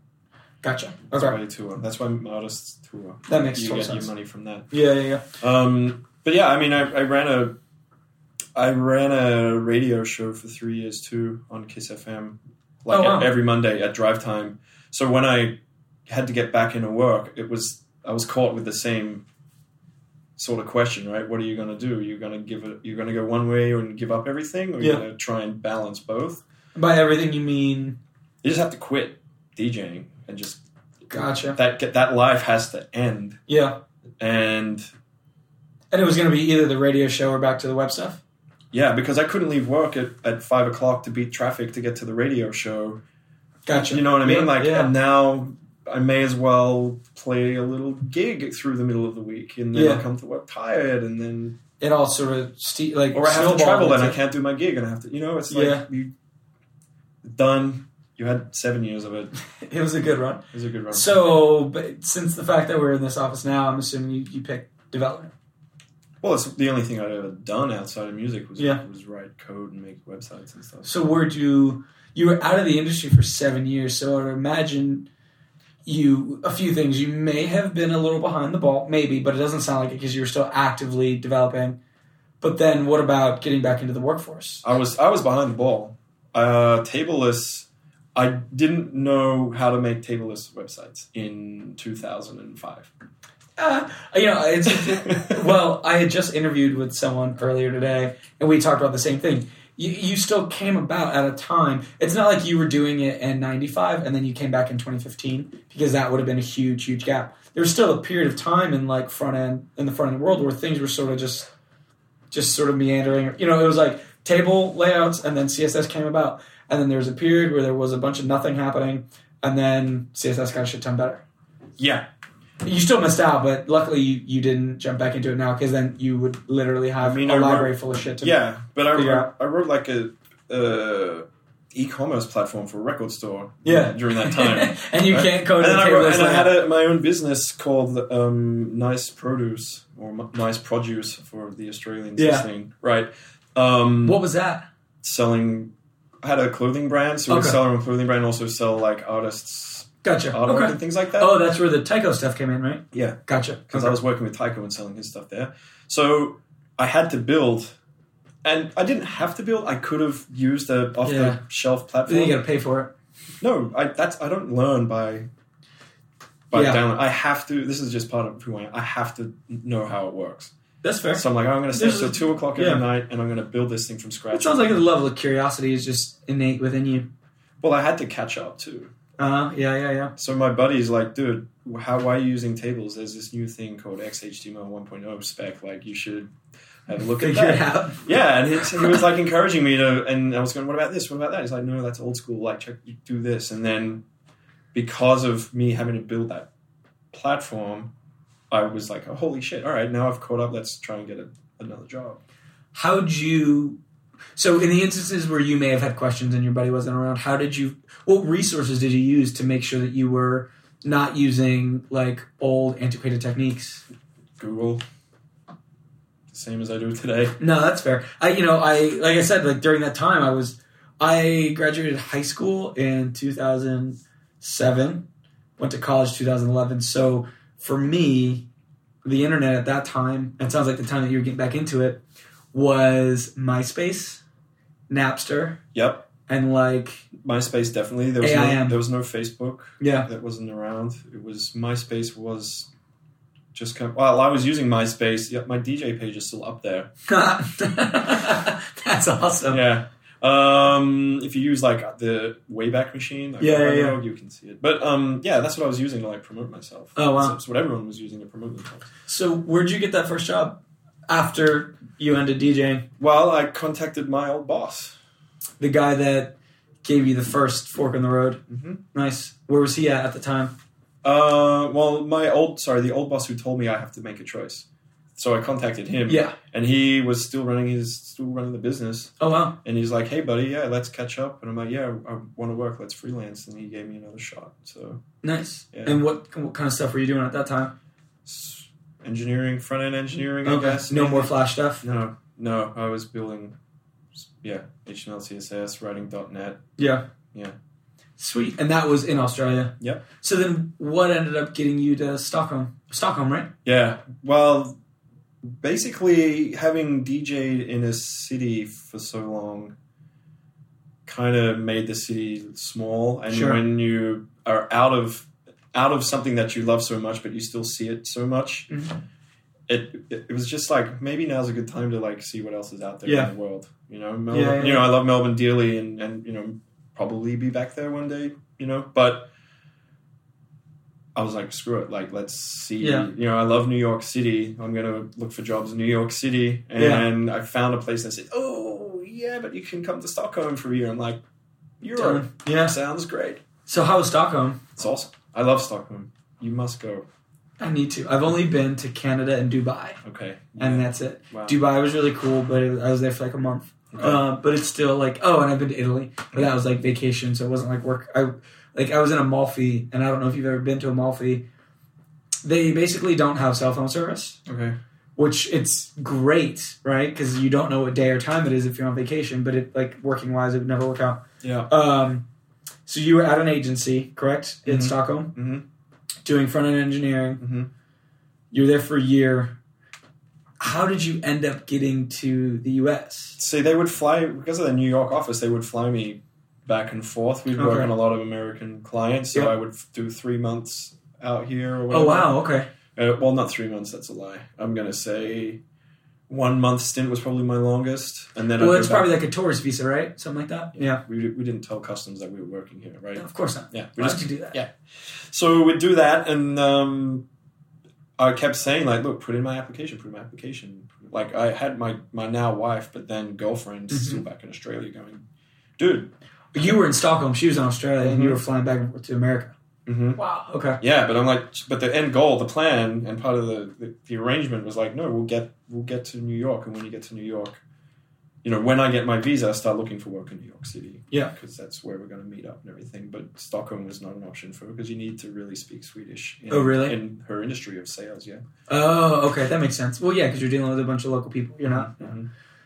A: Gotcha.
B: That's
A: okay.
B: why you tour. That's why artists tour.
A: That makes
B: you
A: total
B: get
A: sense.
B: your money from that.
A: Yeah, yeah, yeah.
B: Um, but yeah, I mean, I, I ran a I ran a radio show for three years too on Kiss FM, like
A: Oh, wow.
B: every Monday at drive time. So when I had to get back into work, it was I was caught with the same sort of question, right? What are you going to do? You're going to give it. You're going to go one way and give up everything, or
A: Yeah.
B: you're going to try and balance both.
A: By everything you mean,
B: You just have to quit DJing and just
A: gotcha.
B: that that life has to end.
A: Yeah,
B: And
A: and it was going to be either the radio show or back to the web stuff.
B: Yeah, because I couldn't leave work at, at five o'clock to beat traffic to get to the radio show.
A: Gotcha.
B: You know what I mean?
A: Yeah,
B: like,
A: yeah.
B: and now I may as well play a little gig through the middle of the week, and then
A: Yeah.
B: I come to work tired, and then
A: it all sort of ste- like
B: or I have to
A: snowballed
B: travel, and I
A: into-
B: can't do my gig, and I have to, you know, it's like
A: Yeah.
B: you done. You had seven years of it.
A: It was a good run.
B: It was a good run.
A: So, but since the fact that we're in this office now, I'm assuming you, you picked development.
B: well, it's the only thing I'd ever done outside of music was
A: Yeah.
B: was write code and make websites and stuff.
A: So, where do you were out of the industry for seven years? So, I would imagine you a few things. You may have been a little behind the ball, maybe, but it doesn't sound like it because you were still actively developing. But then, what about getting back into the workforce?
B: I was I was behind the ball. Uh, tableless. I didn't know how to make tableless websites in 2005.
A: Uh, you know, it's well, I had just interviewed with someone earlier today, and we talked about the same thing. You, you still came about at a time. It's not like you were doing it in '95 and then you came back in 2015 because that would have been a huge, huge gap. There was still a period of time in like front end in the front end world where things were sort of just, just sort of meandering. You know, it was like table layouts, and then CSS came about, and then there was a period where there was a bunch of nothing happening, and then CSS got a shit ton better.
B: Yeah,
A: You still missed out, but luckily you, you didn't jump back into it now because then you would literally have
B: I mean,
A: a
B: I wrote-
A: library full of shit to
B: yeah. But I,
A: Figure out.
B: I wrote like a uh, e-commerce platform for a record store.
A: Yeah. Oh,
B: during that time.
A: and you
B: Right.
A: can't code
B: and
A: in
B: then
A: the
B: I,
A: table.
B: wrote, and I
A: layout.
B: had a, my own business called um, Nice Produce or M- Nice Produce for the Australians
A: Yeah.
B: listening, right? Um,
A: what was that?
B: selling I had a clothing brand, so we
A: Okay.
B: sell our own clothing brand, also sell like artists
A: Gotcha.
B: artwork
A: Okay.
B: and things like that.
A: Oh, that's where the Tycho stuff came in, right?
B: Yeah,
A: Gotcha.
B: because I
A: Okay.
B: was working with Tycho and selling his stuff there. So I had to build, and I didn't have to build. I could have used a
A: Yeah.
B: off-the-shelf
A: Then you
B: platform.
A: got to pay for it.
B: No, I, that's I don't learn by by
A: Yeah.
B: download. I have to. This is just part of who I am. I have to know how it works.
A: That's fair.
B: So I'm like, oh, I'm going to stay
A: This
B: till
A: is-
B: two o'clock
A: yeah.
B: every night, and I'm going to build this thing from scratch.
A: It sounds like the level of curiosity is just innate within you.
B: well, I had to catch up too.
A: Uh, yeah, yeah, yeah.
B: So my buddy's like, dude, how why are you using tables? There's this new thing called XHTML 1.0 spec. Like you should have a look at
A: Figure it
B: that.
A: out.
B: Yeah, and he, he was like encouraging me to, and I was going, what about this? What about that? He's like, no, that's old school. Like check, you do this, and then because of me having to build that platform, I was like, oh, holy shit! All right, now I've caught up. Let's try and get a, another job.
A: How'd you? So, in the instances where you may have had questions and your buddy wasn't around, how did you? What resources did you use to make sure that you were not using like old, antiquated techniques?
B: Google, same as I do today.
A: No, that's fair. I, you know, I like I said, like during that time, I was, I graduated high school in 2007, went to college 2011. So for me, the internet at that time, and it sounds like the time that you were getting back into it, was MySpace, Napster,
B: Yep,
A: and like
B: MySpace definitely. There was no,
A: AIM.
B: there was no Facebook.
A: yeah,
B: that wasn't around. It was MySpace was just kind of, well, I was using MySpace. Yeah, my DJ page is still up there.
A: that's awesome.
B: Yeah. Um, if you use like the Wayback Machine, like
A: Yeah, yeah,
B: Webrock, you can see it. But um, yeah, that's what I was using to like promote myself.
A: Oh, wow.
B: So it's what everyone was using to promote themselves.
A: So where'd you get that first job after you ended DJing?
B: Well, I contacted my old boss.
A: the guy that gave you the first fork in the road.
B: Mhm.
A: Nice. Where was he at at the time?
B: Uh, well, my old sorry, the old boss who told me I have to make a choice. So I contacted him.
A: Yeah.
B: And he was still running his still running the business.
A: Oh wow.
B: And he's like, "Hey, buddy, yeah, let's catch up." And I'm like, "Yeah, I want to work. Let's freelance." And he gave me another shot. So
A: Nice.
B: Yeah.
A: And what what kind of stuff were you doing at that time?
B: s- engineering, front end engineering, I guess.
A: No
B: maybe.
A: more flash stuff.
B: No, no. I was building, yeah, HTML, CSS, writing .NET.
A: Yeah.
B: Yeah.
A: Sweet. And that was in Australia.
B: Yep.
A: So then what ended up getting you to Stockholm? Stockholm, right?
B: Yeah. Well, basically, having DJ'd in a city for so long kind of made the city small. And
A: Sure.
B: when you are out of out of something that you love so much, but you still see it so much,
A: Mhm.
B: it, it was just like maybe now's a good time to like see what else is out there
A: Yeah.
B: in the world. You know, Melbourne,
A: Yeah, yeah,
B: you know, I love Melbourne dearly, and and you know, probably be back there one day. You know, but I was like, screw it. Like, let's see.
A: Yeah.
B: You know, I love New York City. I'm going to look for jobs in New York City. And I found a place that said, oh, yeah, but you can come to Stockholm for a year. I'm like, Europe
A: Done. Yeah.
B: sounds great.
A: So how was Stockholm?
B: It's awesome. I love Stockholm. You must go.
A: I need to. I've only been to Canada and Dubai,
B: Okay.
A: and that's it.
B: wow.
A: Dubai was really cool, but it, I was there for like a month.
B: Okay.
A: Uh, but it's still like oh, and I've been to Italy, but that was like vacation, so it wasn't like work. I like I was in Amalfi, and I don't know if you've ever been to Amalfi. They basically don't have cell phone service,
B: okay.
A: which it's great, right? Because you don't know what day or time it is if you're on vacation. But it like working wise, it would never work out.
B: Yeah.
A: Um, so you were at an agency, correct, in
B: Mhm.
A: Stockholm,
B: Mhm.
A: doing front end engineering.
B: Mhm.
A: You were there for a year. How did you end up getting to the U.S.?
B: See, they would fly, because of the New York office, they would fly me back and forth. We'd work
A: Okay.
B: on a lot of American clients. So
A: Yeah.
B: I would f- do three months out here or whatever.
A: Oh wow, okay.
B: Uh, well, not three months. That's a lie. I'm gonna say one month stint was probably my longest, and then
A: Well,
B: I'd
A: it's
B: go
A: probably
B: back.
A: like a tourist visa, right? Something like that. Yeah.
B: we we didn't tell customs that we were working here, right?
A: No, of course not.
B: Yeah, we
A: Why
B: just-
A: would you do that?
B: yeah. so we'd do that, and um, I kept saying like, "Look, put in my application, put in my application." Like I had my my now wife, but then
A: Mm-hmm.
B: girlfriend, still back in Australia, going, "Dude,
A: But you were in Stockholm. She was in Australia, and you were flying back and forth to America.
B: mm-hmm.
A: Wow. Okay.
B: yeah." But I'm like, but the end goal, the plan, and part of the, the the arrangement was like, "No, we'll get we'll get to New York, and when you get to New York." You know, when I get my visa, I start looking for work in New York City.
A: Yeah.
B: because that's where we're going to meet up and everything. But Stockholm was not an option for her because you need to really speak Swedish. In,
A: Oh, really?
B: In her industry of sales, yeah.
A: Oh, okay. That makes sense. Well, yeah, because you're dealing with a bunch of local people. You're not.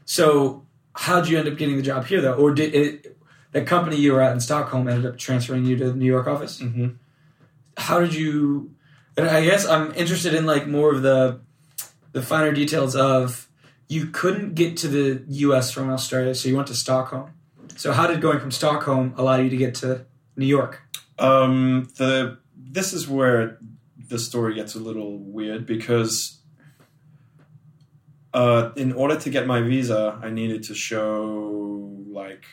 A: So, how'd you end up getting the job here, though, or did it? The company you were at in Stockholm ended up transferring you to the New York office.
B: Mm-hmm.
A: how did you and i guess i'm interested in like more of the the finer details of you couldn't get to the us from australia so you went to stockholm so how did going from stockholm allow you to get to new york
B: Um, the this is where the story gets a little weird because uh, in order to get my visa, I needed to show like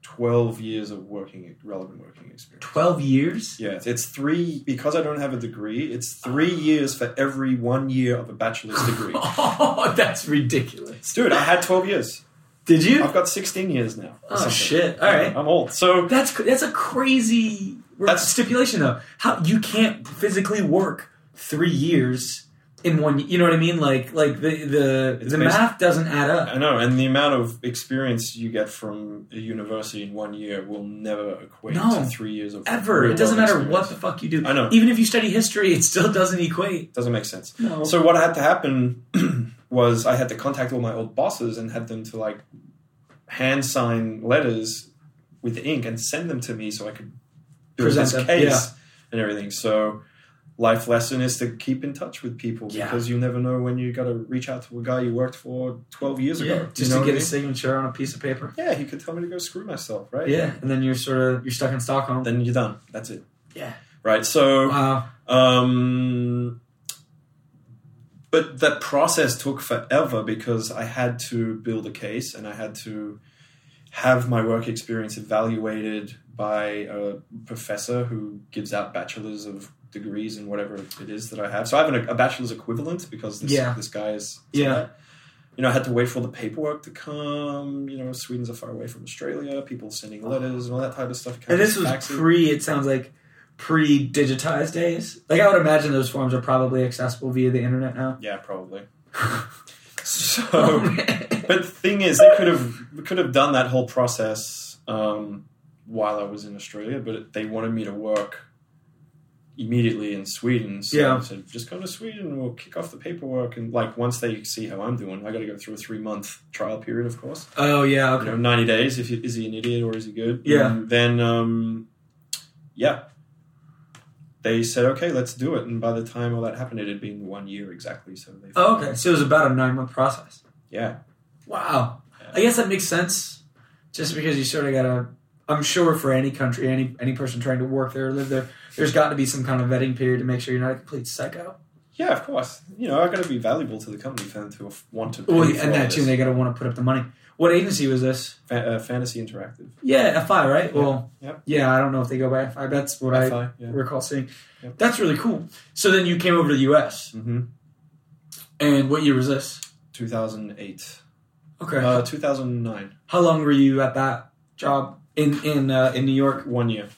B: twelve years of working relevant working experience.
A: 12 years
B: Yeah, it's three because I don't have a degree. It's three
A: Ah.
B: years for every one year of a bachelor's degree.
A: oh that's ridiculous
B: Dude, I had twelve years.
A: did you
B: I've got 16 years now. or
A: oh
B: something.
A: shit all right
B: I'm old. So
A: that's cr- that's a crazy
B: That's-
A: stipulation though how you can't physically work three years in one you know what i mean like like the the,
B: It's
A: the
B: based-
A: math doesn't add up
B: I know, and the amount of experience you get from a university in one year will never equate
A: No.
B: to three years of
A: ever.
B: real
A: It doesn't
B: world
A: matter what
B: experience.
A: the fuck you do.
B: I know.
A: Even if you study history, it still doesn't equate.
B: Doesn't make sense.
A: No.
B: So what had to happen was I had to contact all my old bosses and had them to like hand sign letters with ink and send them to me so I could build
A: Present
B: this
A: them,
B: case
A: yeah.
B: and everything. So life lesson is to keep in touch with people
A: Yeah.
B: because you never know when you got to reach out to a guy you worked for 12 years ago. You
A: just
B: know
A: to
B: what
A: get a
B: I mean?
A: signature on a piece of paper.
B: Yeah, he could tell me to go screw myself, right?
A: Yeah, and then you're sort of you're stuck in Stockholm. Uh,
B: Then you're done. That's it.
A: Yeah.
B: Right. So
A: Wow.
B: um, but that process took forever because I had to build a case and I had to have my work experience evaluated by a professor who gives out bachelors of degrees and whatever it is that I have. So I have an, a bachelor's equivalent because this,
A: Yeah.
B: this guy is.
A: Yeah.
B: You know, I had to wait for all the paperwork to come. You know, Sweden's a far away from Australia. People sending letters and all that type of stuff.
A: And this was
B: Faxing.
A: pre. It sounds like pre digitized days. Like I would imagine those forms are probably accessible via the internet now.
B: yeah, probably.
A: Oh,
B: So, but the thing is, they could have we could have done that whole process um, while I was in Australia, but they wanted me to work immediately in Sweden. So
A: Yeah.
B: I said, just go to Sweden. We'll kick off the paperwork, and like once they see how I'm doing, I got to go through a three month trial period, of course.
A: oh yeah,
B: You
A: okay.
B: know, ninety days. If you, is he an idiot or is he good?
A: Yeah.
B: And then, um, yeah. They said, okay, let's do it. And by the time all that happened, it had been one year exactly. So they.
A: Oh, okay, so it was about a nine month process.
B: Yeah.
A: Wow,
B: Yeah.
A: I guess that makes sense. Just because you sort of gotta, I'm sure for any country, any any person trying to work there or live there, there's got to be some kind of vetting period to make sure you're not a complete psycho.
B: Yeah, of course. You know, I got to be valuable to the company for them to f- want to. Pay
A: Well,
B: for
A: and
B: all
A: that too,
B: this.
A: they gotta want to put up the money. What agency was this?
B: Fa- uh, Fantasy Interactive.
A: Yeah, FI, right? Well,
B: Yep.
A: yeah, I don't know if they go by FI. That's what I
B: FI, yeah.
A: recall seeing.
B: Yep.
A: That's really cool. So then you came over to the US,
B: Mm-hmm.
A: and what year was this?
B: 2008.
A: Okay.
B: Uh, 2009.
A: How long were you at that job in in uh, in New York?
B: One year.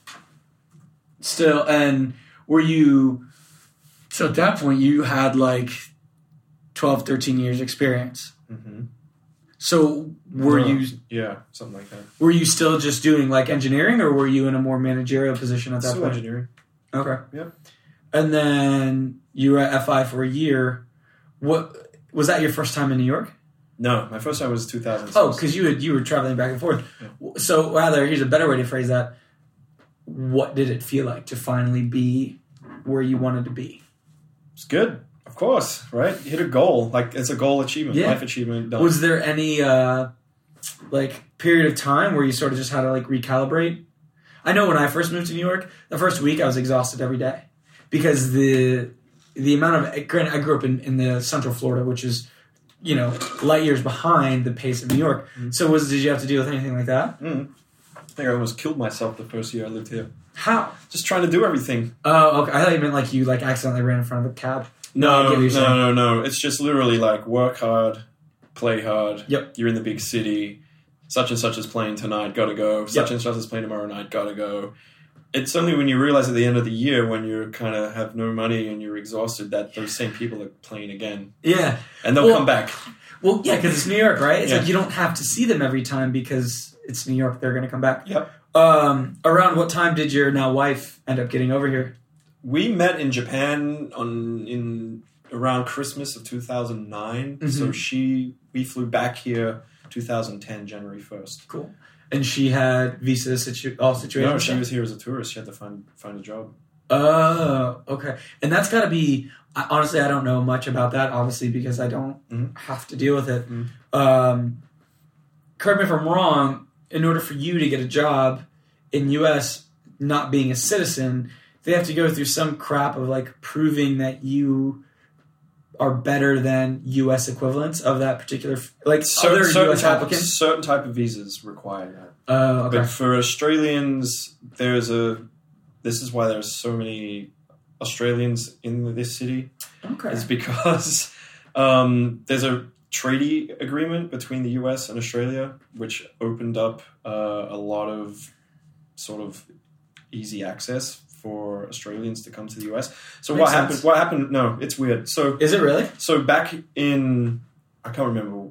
A: Still, and were you? So at that point, you had like 12, 13 years experience.
B: Mm-hmm.
A: So were you
B: Yeah, something like that.
A: were you still just doing like engineering, or were you in a more managerial position at that
B: Civil
A: point?
B: engineering.
A: Okay.
B: Yeah.
A: And then you were at FI for a year. What was that your first time in New York?
B: No, my first time was 2006.
A: Oh, because you had you were traveling back and forth. So rather, here's a better way to phrase that: What did it feel like to finally be where you wanted to be?
B: it's good. Of course, right? Hit a goal. Like it's a goal achievement,
A: Yeah.
B: life achievement. Done.
A: Was there any uh, like period of time where you sort of just had to like recalibrate? I know when I first moved to New York, the first week I was exhausted every day because the the amount of granted I grew up in, in the Central Florida, which is you know light years behind the pace of New York. So was did you have to deal with anything like that?
B: Mm. I think I almost killed myself the first year I lived here.
A: How?
B: Just trying to do everything.
A: Oh, okay. I thought you meant like you like accidentally ran in front of a cab. I
B: No,
A: get
B: no,
A: what you're saying.
B: no, no. It's just literally like work hard, play hard.
A: Yep.
B: You're in the big city. Such and such is playing tonight, gotta go. Such
A: Yep.
B: and such is playing tomorrow night, gotta go. It's only when you realize at the end of the year when you kind of have no money and you're exhausted that those same people are playing again.
A: Yeah.
B: And they'll
A: Well-
B: come back.
A: Well, yeah, because it's New York, right? It's
B: Yeah.
A: like you don't have to see them every time because it's New York. They're going to come back.
B: Yep.
A: Um, around what time did your now wife end up getting over here?
B: We met in Japan on in around Christmas of 2009.
A: Mm-hmm.
B: So she we flew back here 2010 January 1st.
A: Cool. And she had visa situ- all situations.
B: No, she was here as a tourist. She had to find find a job.
A: Oh, okay. And that's got to be. I, honestly, I don't know much about that, obviously, because I don't
B: Mhm.
A: have to deal with it.
B: Mhm.
A: Um, correct me if I'm wrong. In order for you to get a job in U.S., not being a citizen, they have to go through some crap of like proving that you are better than U.S. equivalents of that particular, f- like other U.S.
B: type,
A: applicants.
B: certain type of visas require that.
A: Oh, okay.
B: But for Australians, there's a. This is why there's so many Australians in this city.
A: Okay.
B: It's because um, there's a treaty agreement between the U.S. and Australia, which opened up uh, a lot of sort of easy access for Australians to come to the U.S. So
A: Makes
B: what
A: sense.
B: happened? What happened? No, it's weird. So
A: Is it really?
B: so back in, I can't remember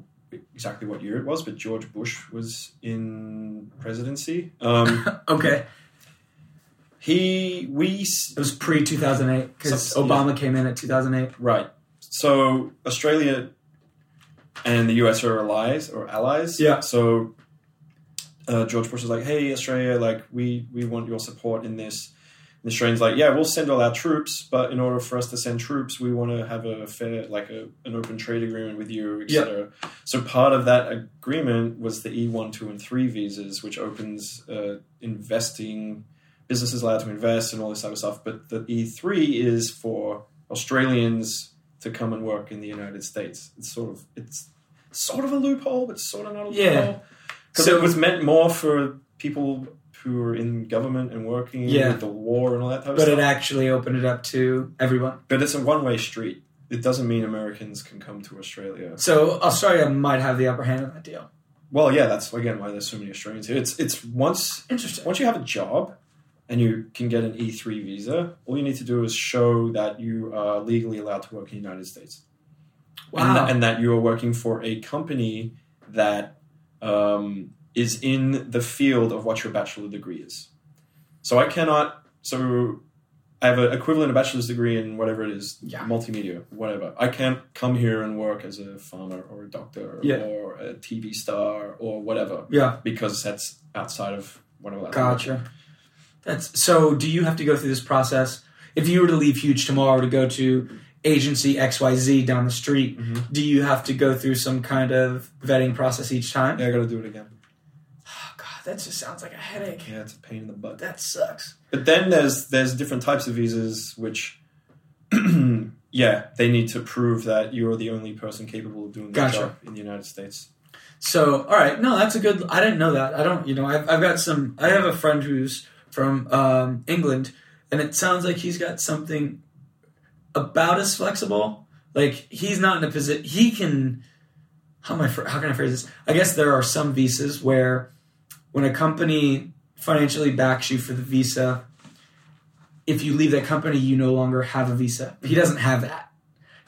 B: exactly what year it was, but George Bush was in presidency. Um,
A: Okay.
B: he, we, s-
A: It was pre 2008 because
B: Some- yeah.
A: Obama came in at 2008.
B: right. So Australia and the US are allies or allies.
A: Yeah.
B: So uh, George Bush was like, "Hey, Australia, like we we want your support in this." And the Australians like, "Yeah, we'll send all our troops, but in order for us to send troops, we want to have a fair, like a, an open trade agreement with you,
A: Yeah.
B: etc." So part of that agreement was the E one, two, and three visas, which opens uh, investing businesses allowed to invest and all this type of stuff. But the E three is for Australians to come and work in the United States. It's sort of it's sort of a loophole, but sort of not a
A: Yeah.
B: loophole. Because
A: So-
B: it was meant more for people who are in government and working
A: Yeah.
B: with the war and all that type of
A: But it
B: stuff.
A: actually opened it up to everyone.
B: but it's a one way street. It doesn't mean Americans can come to Australia.
A: So Australia might have the upper hand on that deal.
B: Well, yeah, that's again why there's so many Australians here. It's it's once
A: Interesting.
B: once you have a job and you can get an E three visa, all you need to do is show that you are legally allowed to work in the United States.
A: Wow.
B: and, that, and that you are working for a company that um, is in the field of what your bachelor degree is. So I cannot. So I have an equivalent of bachelor's degree in whatever it is,
A: Yeah.
B: multimedia, whatever. I can't come here and work as a farmer or a doctor
C: Yeah.
B: or a TV star or whatever
A: Yeah.
B: because that's outside of what I'm allowed. to do.
A: Gotcha. That's so. Do you have to go through this process if you were to leave Huge tomorrow to go to agency X Y Z down the street?
B: Mhm.
A: Do you have to go through some kind of vetting process each time?
B: Yeah, I got to do it again.
A: Oh, God, that just sounds like a headache.
B: Yeah, it's a pain in the butt.
A: That sucks.
B: But then there's there's different types of visas which yeah, they need to prove that you're the only person capable of doing the
A: Gotcha.
B: job in the United States.
A: So, all right, no, that's a good. I didn't know that. I don't, you know, I've, I've got some. I have a friend who's from um, England, and it sounds like he's got something about as flexible. Like he's not in a position. He can. How am I? phr- How can I phrase this? I guess there are some visas where, when a company financially backs you for the visa, if you leave that company, you no longer have a visa. He doesn't have that.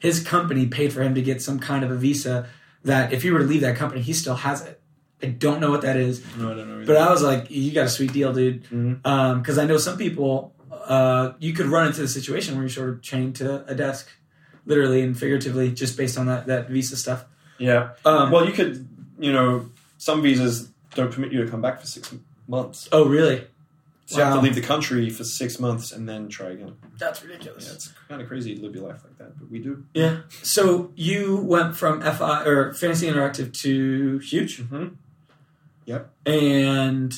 A: His company paid for him to get some kind of a visa that if he were to leave that company, he still has it. I don't know what that is,
B: No, I don't know.
A: but I was like, you got a sweet deal, dude. Because
B: Mhm.
A: I know some people, uh, you could run into the situation where you're sort of chained to a desk, literally and figuratively, just based on that, that visa stuff.
B: yeah.
A: Um,
B: well, you could, you know, some visas don't permit you to come back for six months.
A: oh, really?
B: So you have to
A: Wow.
B: leave the country for six months and then try again.
A: That's
B: Yeah,
A: ridiculous.
B: it's kind of crazy to live your life like that, but we do.
A: Yeah. So you went from FI or Fantasy Interactive to Huge?
B: Mm-hmm.
A: And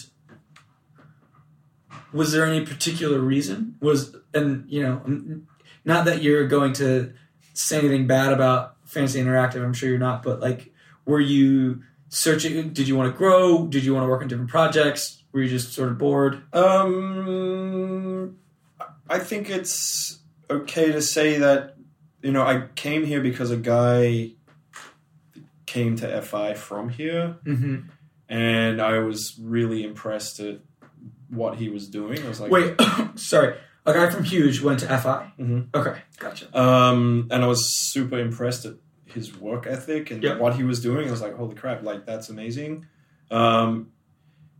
A: was there any particular reason? Was and you know, n- not that you're going to say anything bad about Fantasy Interactive. I'm sure you're not, but like, were you searching? Did you want to grow? Did you want to work on different projects? Were you just sort of bored?
B: Um, I think it's okay to say that you know I came here because a guy came to FI from here,
A: Mm-hmm.
B: and I was really impressed at what he was doing. I was like,
A: Wait, sorry. A guy from Huge went to FI.
B: Mhm.
A: Okay, gotcha.
B: um, and I was super impressed at his work ethic and
A: Yeah.
B: what he was doing. I was like, holy crap, like that's amazing. Um,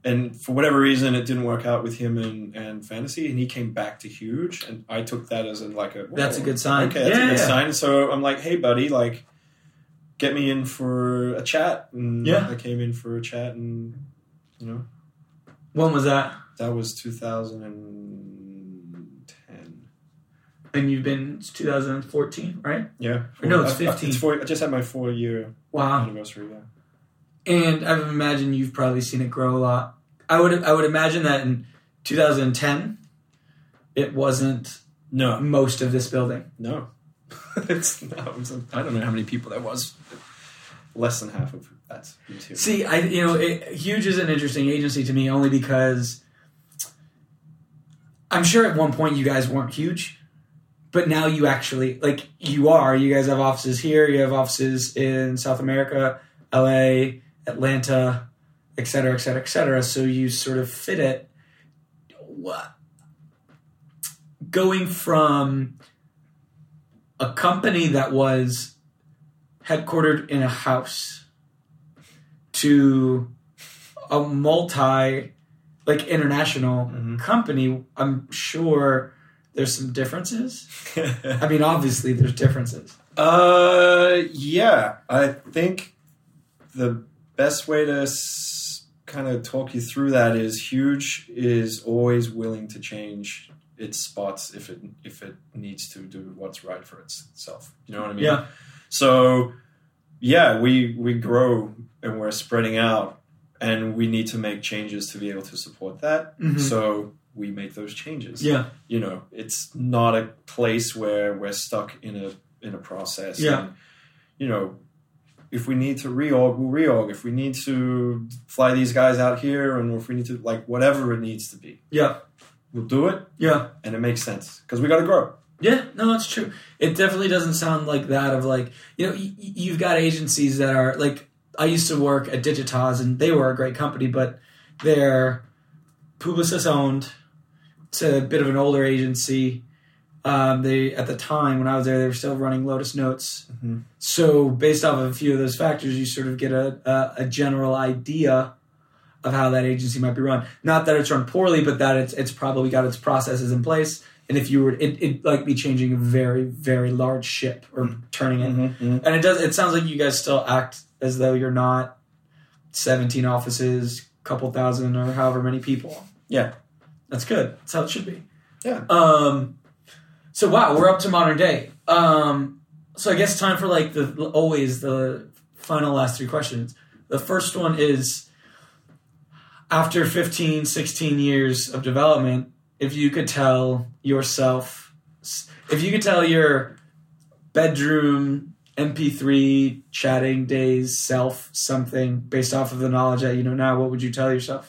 B: and for whatever reason, it didn't work out with him and, and fantasy, and he came back to huge, and I took that as in like a
A: That's a
B: whoa,
A: good sign.
B: Okay, that's
A: yeah.
B: a good sign. So I'm like, hey, buddy, like, get me in for a chat. And
A: Yeah.
B: I came in for a chat, and you know,
A: When was that?
B: that was 2010.
A: And you've been it's 2014, right?
B: Yeah.
A: No, it's Ah.
B: I- I-
A: 15.
B: four, I just had my four year
A: Wow.
B: anniversary. Yeah.
A: and I would imagine you've probably seen it grow a lot. I would I would imagine that in 2010, it wasn't
B: No,
A: most of this building.
B: no. it's no. It's, I don't know how many people that was. Less than half of that. who's here.
A: See, I you know, it, Huge is an interesting agency to me only because I'm sure at one point you guys weren't huge, but now you actually like you are. You guys have offices here. You have offices in South America, L.A., Atlanta, et cetera, et cetera, et cetera. So you sort of fit it. What going from a company that was headquartered in a house to a multi like international
B: Mhm.
A: company i'm sure there's some differences i mean obviously there's differences
B: Uh, yeah, I think the best way to s- kind of talk you through that is huge is always willing to change its spots if it if it needs to do what's right for itself. You know what I mean?
A: Yeah.
B: So yeah, we we grow and we're spreading out and we need to make changes to be able to support that.
A: Mhm.
B: So we make those changes
A: yeah
B: you know it's not a place where we're stuck in a in a process
A: Yeah.
B: And, you know if we need to reorg we'll reorg if we need to fly these guys out here and if we need to like whatever it needs to be
A: yeah
B: we'll do it
A: yeah
B: and it makes sense because we got to grow
A: yeah no that's true it definitely doesn't sound like that of like you know y- y- you've got agencies that are like i used to work at digitaz and they were a great company but they're publicis owned it's a bit of an older agency Um, they at the time when I was there, they were still running Lotus Notes.
B: Mhm.
A: So based off of a few of those factors, you sort of get a, a a general idea of how that agency might be run. Not that it's run poorly, but that it's it's probably got its processes in place. And if you were, it, it'd like be changing a very very large ship or turning it and it does. It sounds like you guys still act as though you're not seventeen offices, couple thousand, or however many people.
B: Yeah.
A: that's good. That's how it should be.
B: Yeah.
A: Um. So wow, we're up to modern day. Um. So I guess time for like the always the final last three questions. The first one is after 15, 16 years of development, if you could tell yourself, if you could tell your bedroom MP3 chatting days self something based off of the knowledge that you know now, what would you tell yourself?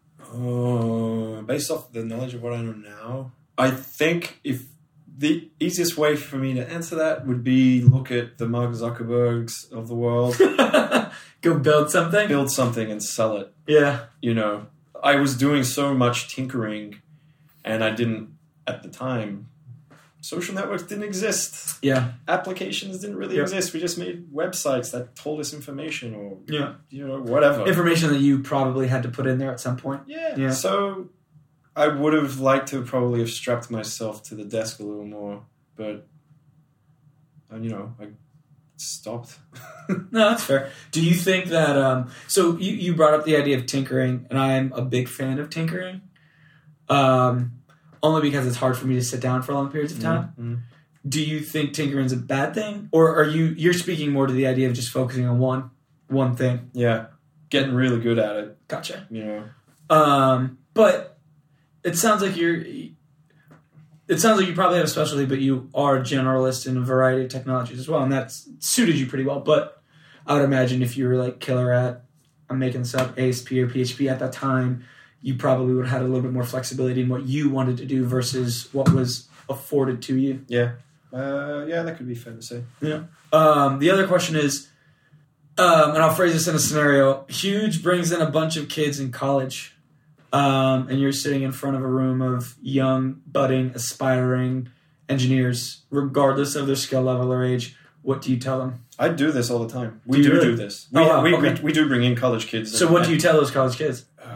B: Uh, based off the knowledge of what I know now, I think if the easiest way for me to answer that would be look at the Mark Zuckerbergs of the world,
A: Go build something?
B: build something and sell it.
A: Yeah.
B: You know, I was doing so much tinkering, and I didn't at the time. Social networks didn't exist.
A: Yeah.
B: Applications didn't really
A: Yeah.
B: exist. We just made websites that told us information or
A: Yeah.
B: you know whatever.
A: Information that you probably had to put in there at some point.
B: Yeah.
A: Yeah.
B: So I would have liked to probably have strapped myself to the desk a little more, but uh, you know, I stopped.
A: No, that's fair. Do you think that um so you, you brought up the idea of tinkering and I'm a big fan of tinkering. Um only because it's hard for me to sit down for long periods of time.
B: Mm.
A: Do you think tinkering's a bad thing? Or are you you're speaking more to the idea of just focusing on one one thing?
B: Yeah. Getting really good at it,
A: Gotcha.
B: you know.
A: Um, but it sounds like you're. It sounds like you probably have a specialty, but you are a generalist in a variety of technologies as well, and that's suited you pretty well. But I would imagine if you were like killer at, I'm making this up, ASP or PHP at that time, you probably would have had a little bit more flexibility in what you wanted to do versus what was afforded to you.
B: Yeah. Uh, yeah, that could be fair to say.
A: Um, the other question is, um, and I'll phrase this in a scenario: Huge brings in a bunch of kids in college, um, and you're sitting in front of a room of young, budding, aspiring engineers, regardless of their skill level or age. What do you tell them?
B: I do this all the time. We
A: Do
B: do
A: you
B: do,
A: really?
B: this.
A: Oh,
B: We,
A: wow,
B: we,
A: okay.
B: we, we do bring in college kids.
A: So,
B: and-
A: what do you tell those college kids?
B: Uh,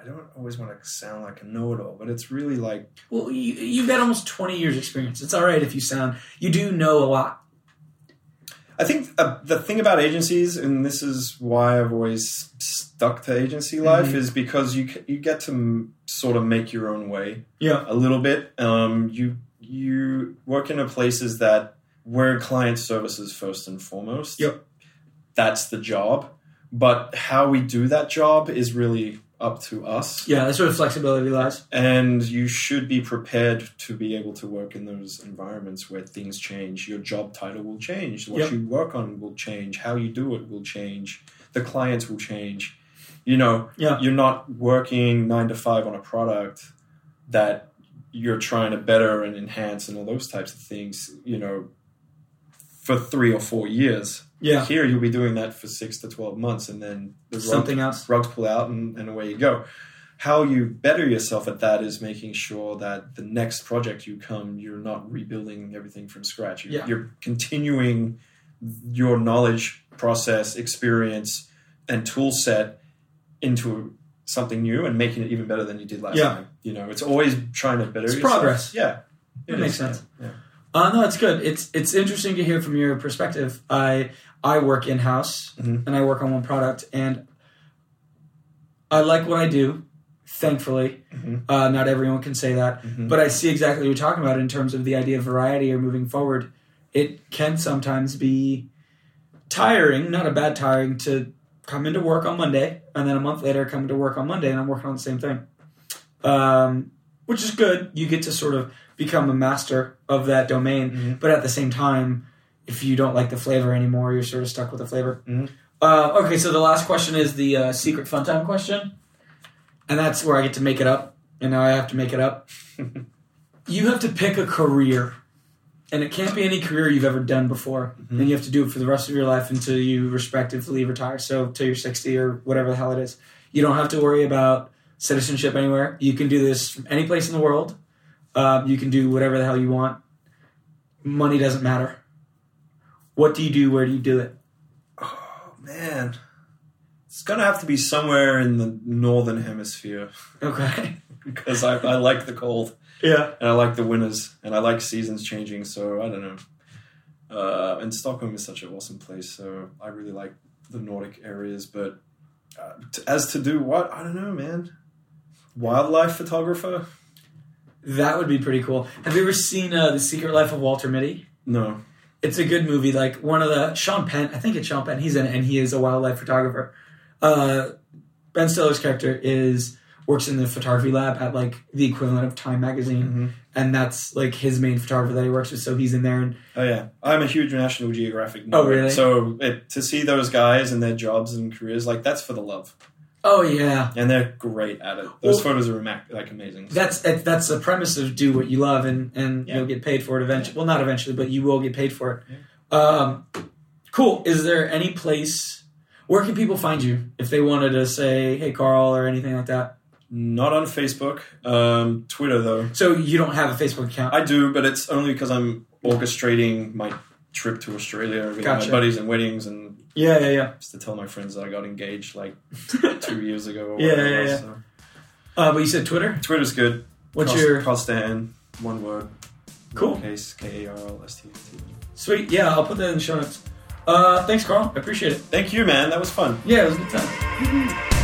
B: I don't always want to sound like a know-it-all, but it's really like
A: Well, you, you've got almost 20 years experience. It's all right if you sound you do know a lot.
B: I think uh, the thing about agencies, and this is why I've always stuck to agency life, is because you c- you get to m- sort of make your own way
A: Yeah.
B: a little bit. Um, you you work in a places that where client services first and foremost.
A: Yep.
B: that's the job. But how we do that job is really up to us,
A: Yeah, that's where flexibility lies.
B: and you should be prepared to be able to work in those environments where things change. Your job title will change. What
A: Yep.
B: you work on will change. How you do it will change. The clients will change. You know,
A: Yeah.
B: you're not working nine to five on a product that you're trying to better and enhance and all those types of things, you know, for three or four years.
A: Yeah.
B: Here, you'll be doing that for six to 12 months and then the rug-
A: Something else.
B: rugs pull out and, and away you go. How you better yourself at that is making sure that the next project you come, you're not rebuilding everything from scratch. You're,
A: Yeah.
B: you're continuing your knowledge, process, experience, and tool set into something new and making it even better than you did last
A: Yeah.
B: time. You know, it's always trying to better
A: It's
B: yourself.
A: progress.
B: Yeah. it
A: That makes
B: is,
A: sense.
B: Yeah.
A: Uh, no, it's good. It's it's interesting to hear from your perspective. I I work in house
B: Mhm.
A: and I work on one product, and I like what I do. Thankfully,
B: Mhm.
A: uh, not everyone can say that,
B: Mhm.
A: but I see exactly what you're talking about in terms of the idea of variety or moving forward. It can sometimes be tiring, not a bad tiring, to come into work on Monday and then a month later come into work on Monday and I'm working on the same thing um, which is good. You get to sort of become a master of that domain,
B: Mhm.
A: but at the same time, if you don't like the flavor anymore, you're sort of stuck with the flavor.
B: Mhm.
A: Uh, okay, so the last question is the uh, secret fun time question, and that's where I get to make it up. And now I have to make it up. you have to pick a career, and it can't be any career you've ever done before, and you have to do it for the rest of your life until you respectively retire. So till you're sixty or whatever the hell it is. You don't have to worry about citizenship anywhere. You can do this from any place in the world. Uh, you can do whatever the hell you want. Money doesn't matter. What do you do? Where do you do it?
B: Oh man, it's gonna have to be somewhere in the northern hemisphere
A: Okay.
B: because I, I like the cold
A: Yeah.
B: and I like the winters and I like seasons changing. So I don't know. Uh, and Stockholm is such an awesome place, so I really like the Nordic areas. But uh, t- as to do what, I don't know, man. Wildlife photographer?
A: That would be pretty cool. Have you ever seen uh, The Secret Life of Walter Mitty?
B: No.
A: it's a good movie. Like one of the Sean Penn, I think it's Sean Penn. He's in it, and he is a wildlife photographer. Uh, ben Stiller's character is works in the photography lab at like the equivalent of Time magazine,
B: Mhm.
A: and that's like his main photographer that he works with. So he's in there, and
B: Oh yeah, I'm a huge National Geographic. Nerd.
A: Oh, really?
B: So it, to see those guys and their jobs and careers, like that's for the love,
A: oh yeah,
B: and they're great at it. Those
A: Well-
B: photos are ama- like amazing.
A: that's that- that's the premise of do what you love, and and
B: Yeah.
A: you'll get paid for it eventually. Well, not eventually, but you will get paid for it. Um, cool. Is there any place? Where can people find you if they wanted to say, "Hey, Carl," or anything like that?
B: Not on Facebook, um, Twitter though.
A: So you don't have a Facebook account.
B: I do, but it's only because I'm orchestrating my trip to Australia with
A: Gotcha.
B: my buddies and weddings, and
A: Yeah, yeah, yeah.
B: just to tell my friends that I got engaged like
A: uh,
B: two years ago. Or
A: Yeah,
B: whatever
A: yeah,
B: it was,
A: yeah.
B: so.
A: but you said Twitter.
B: Twitter's good.
A: What's
B: Cost-
A: your
B: Costan? One word.
A: Cool.
B: Case K A R L S T A N.
A: sweet? Yeah, I'll put that in the show notes. Uh, thanks, Carl. I appreciate it.
B: Thank you, man. That was fun.
A: Yeah, it was a good time.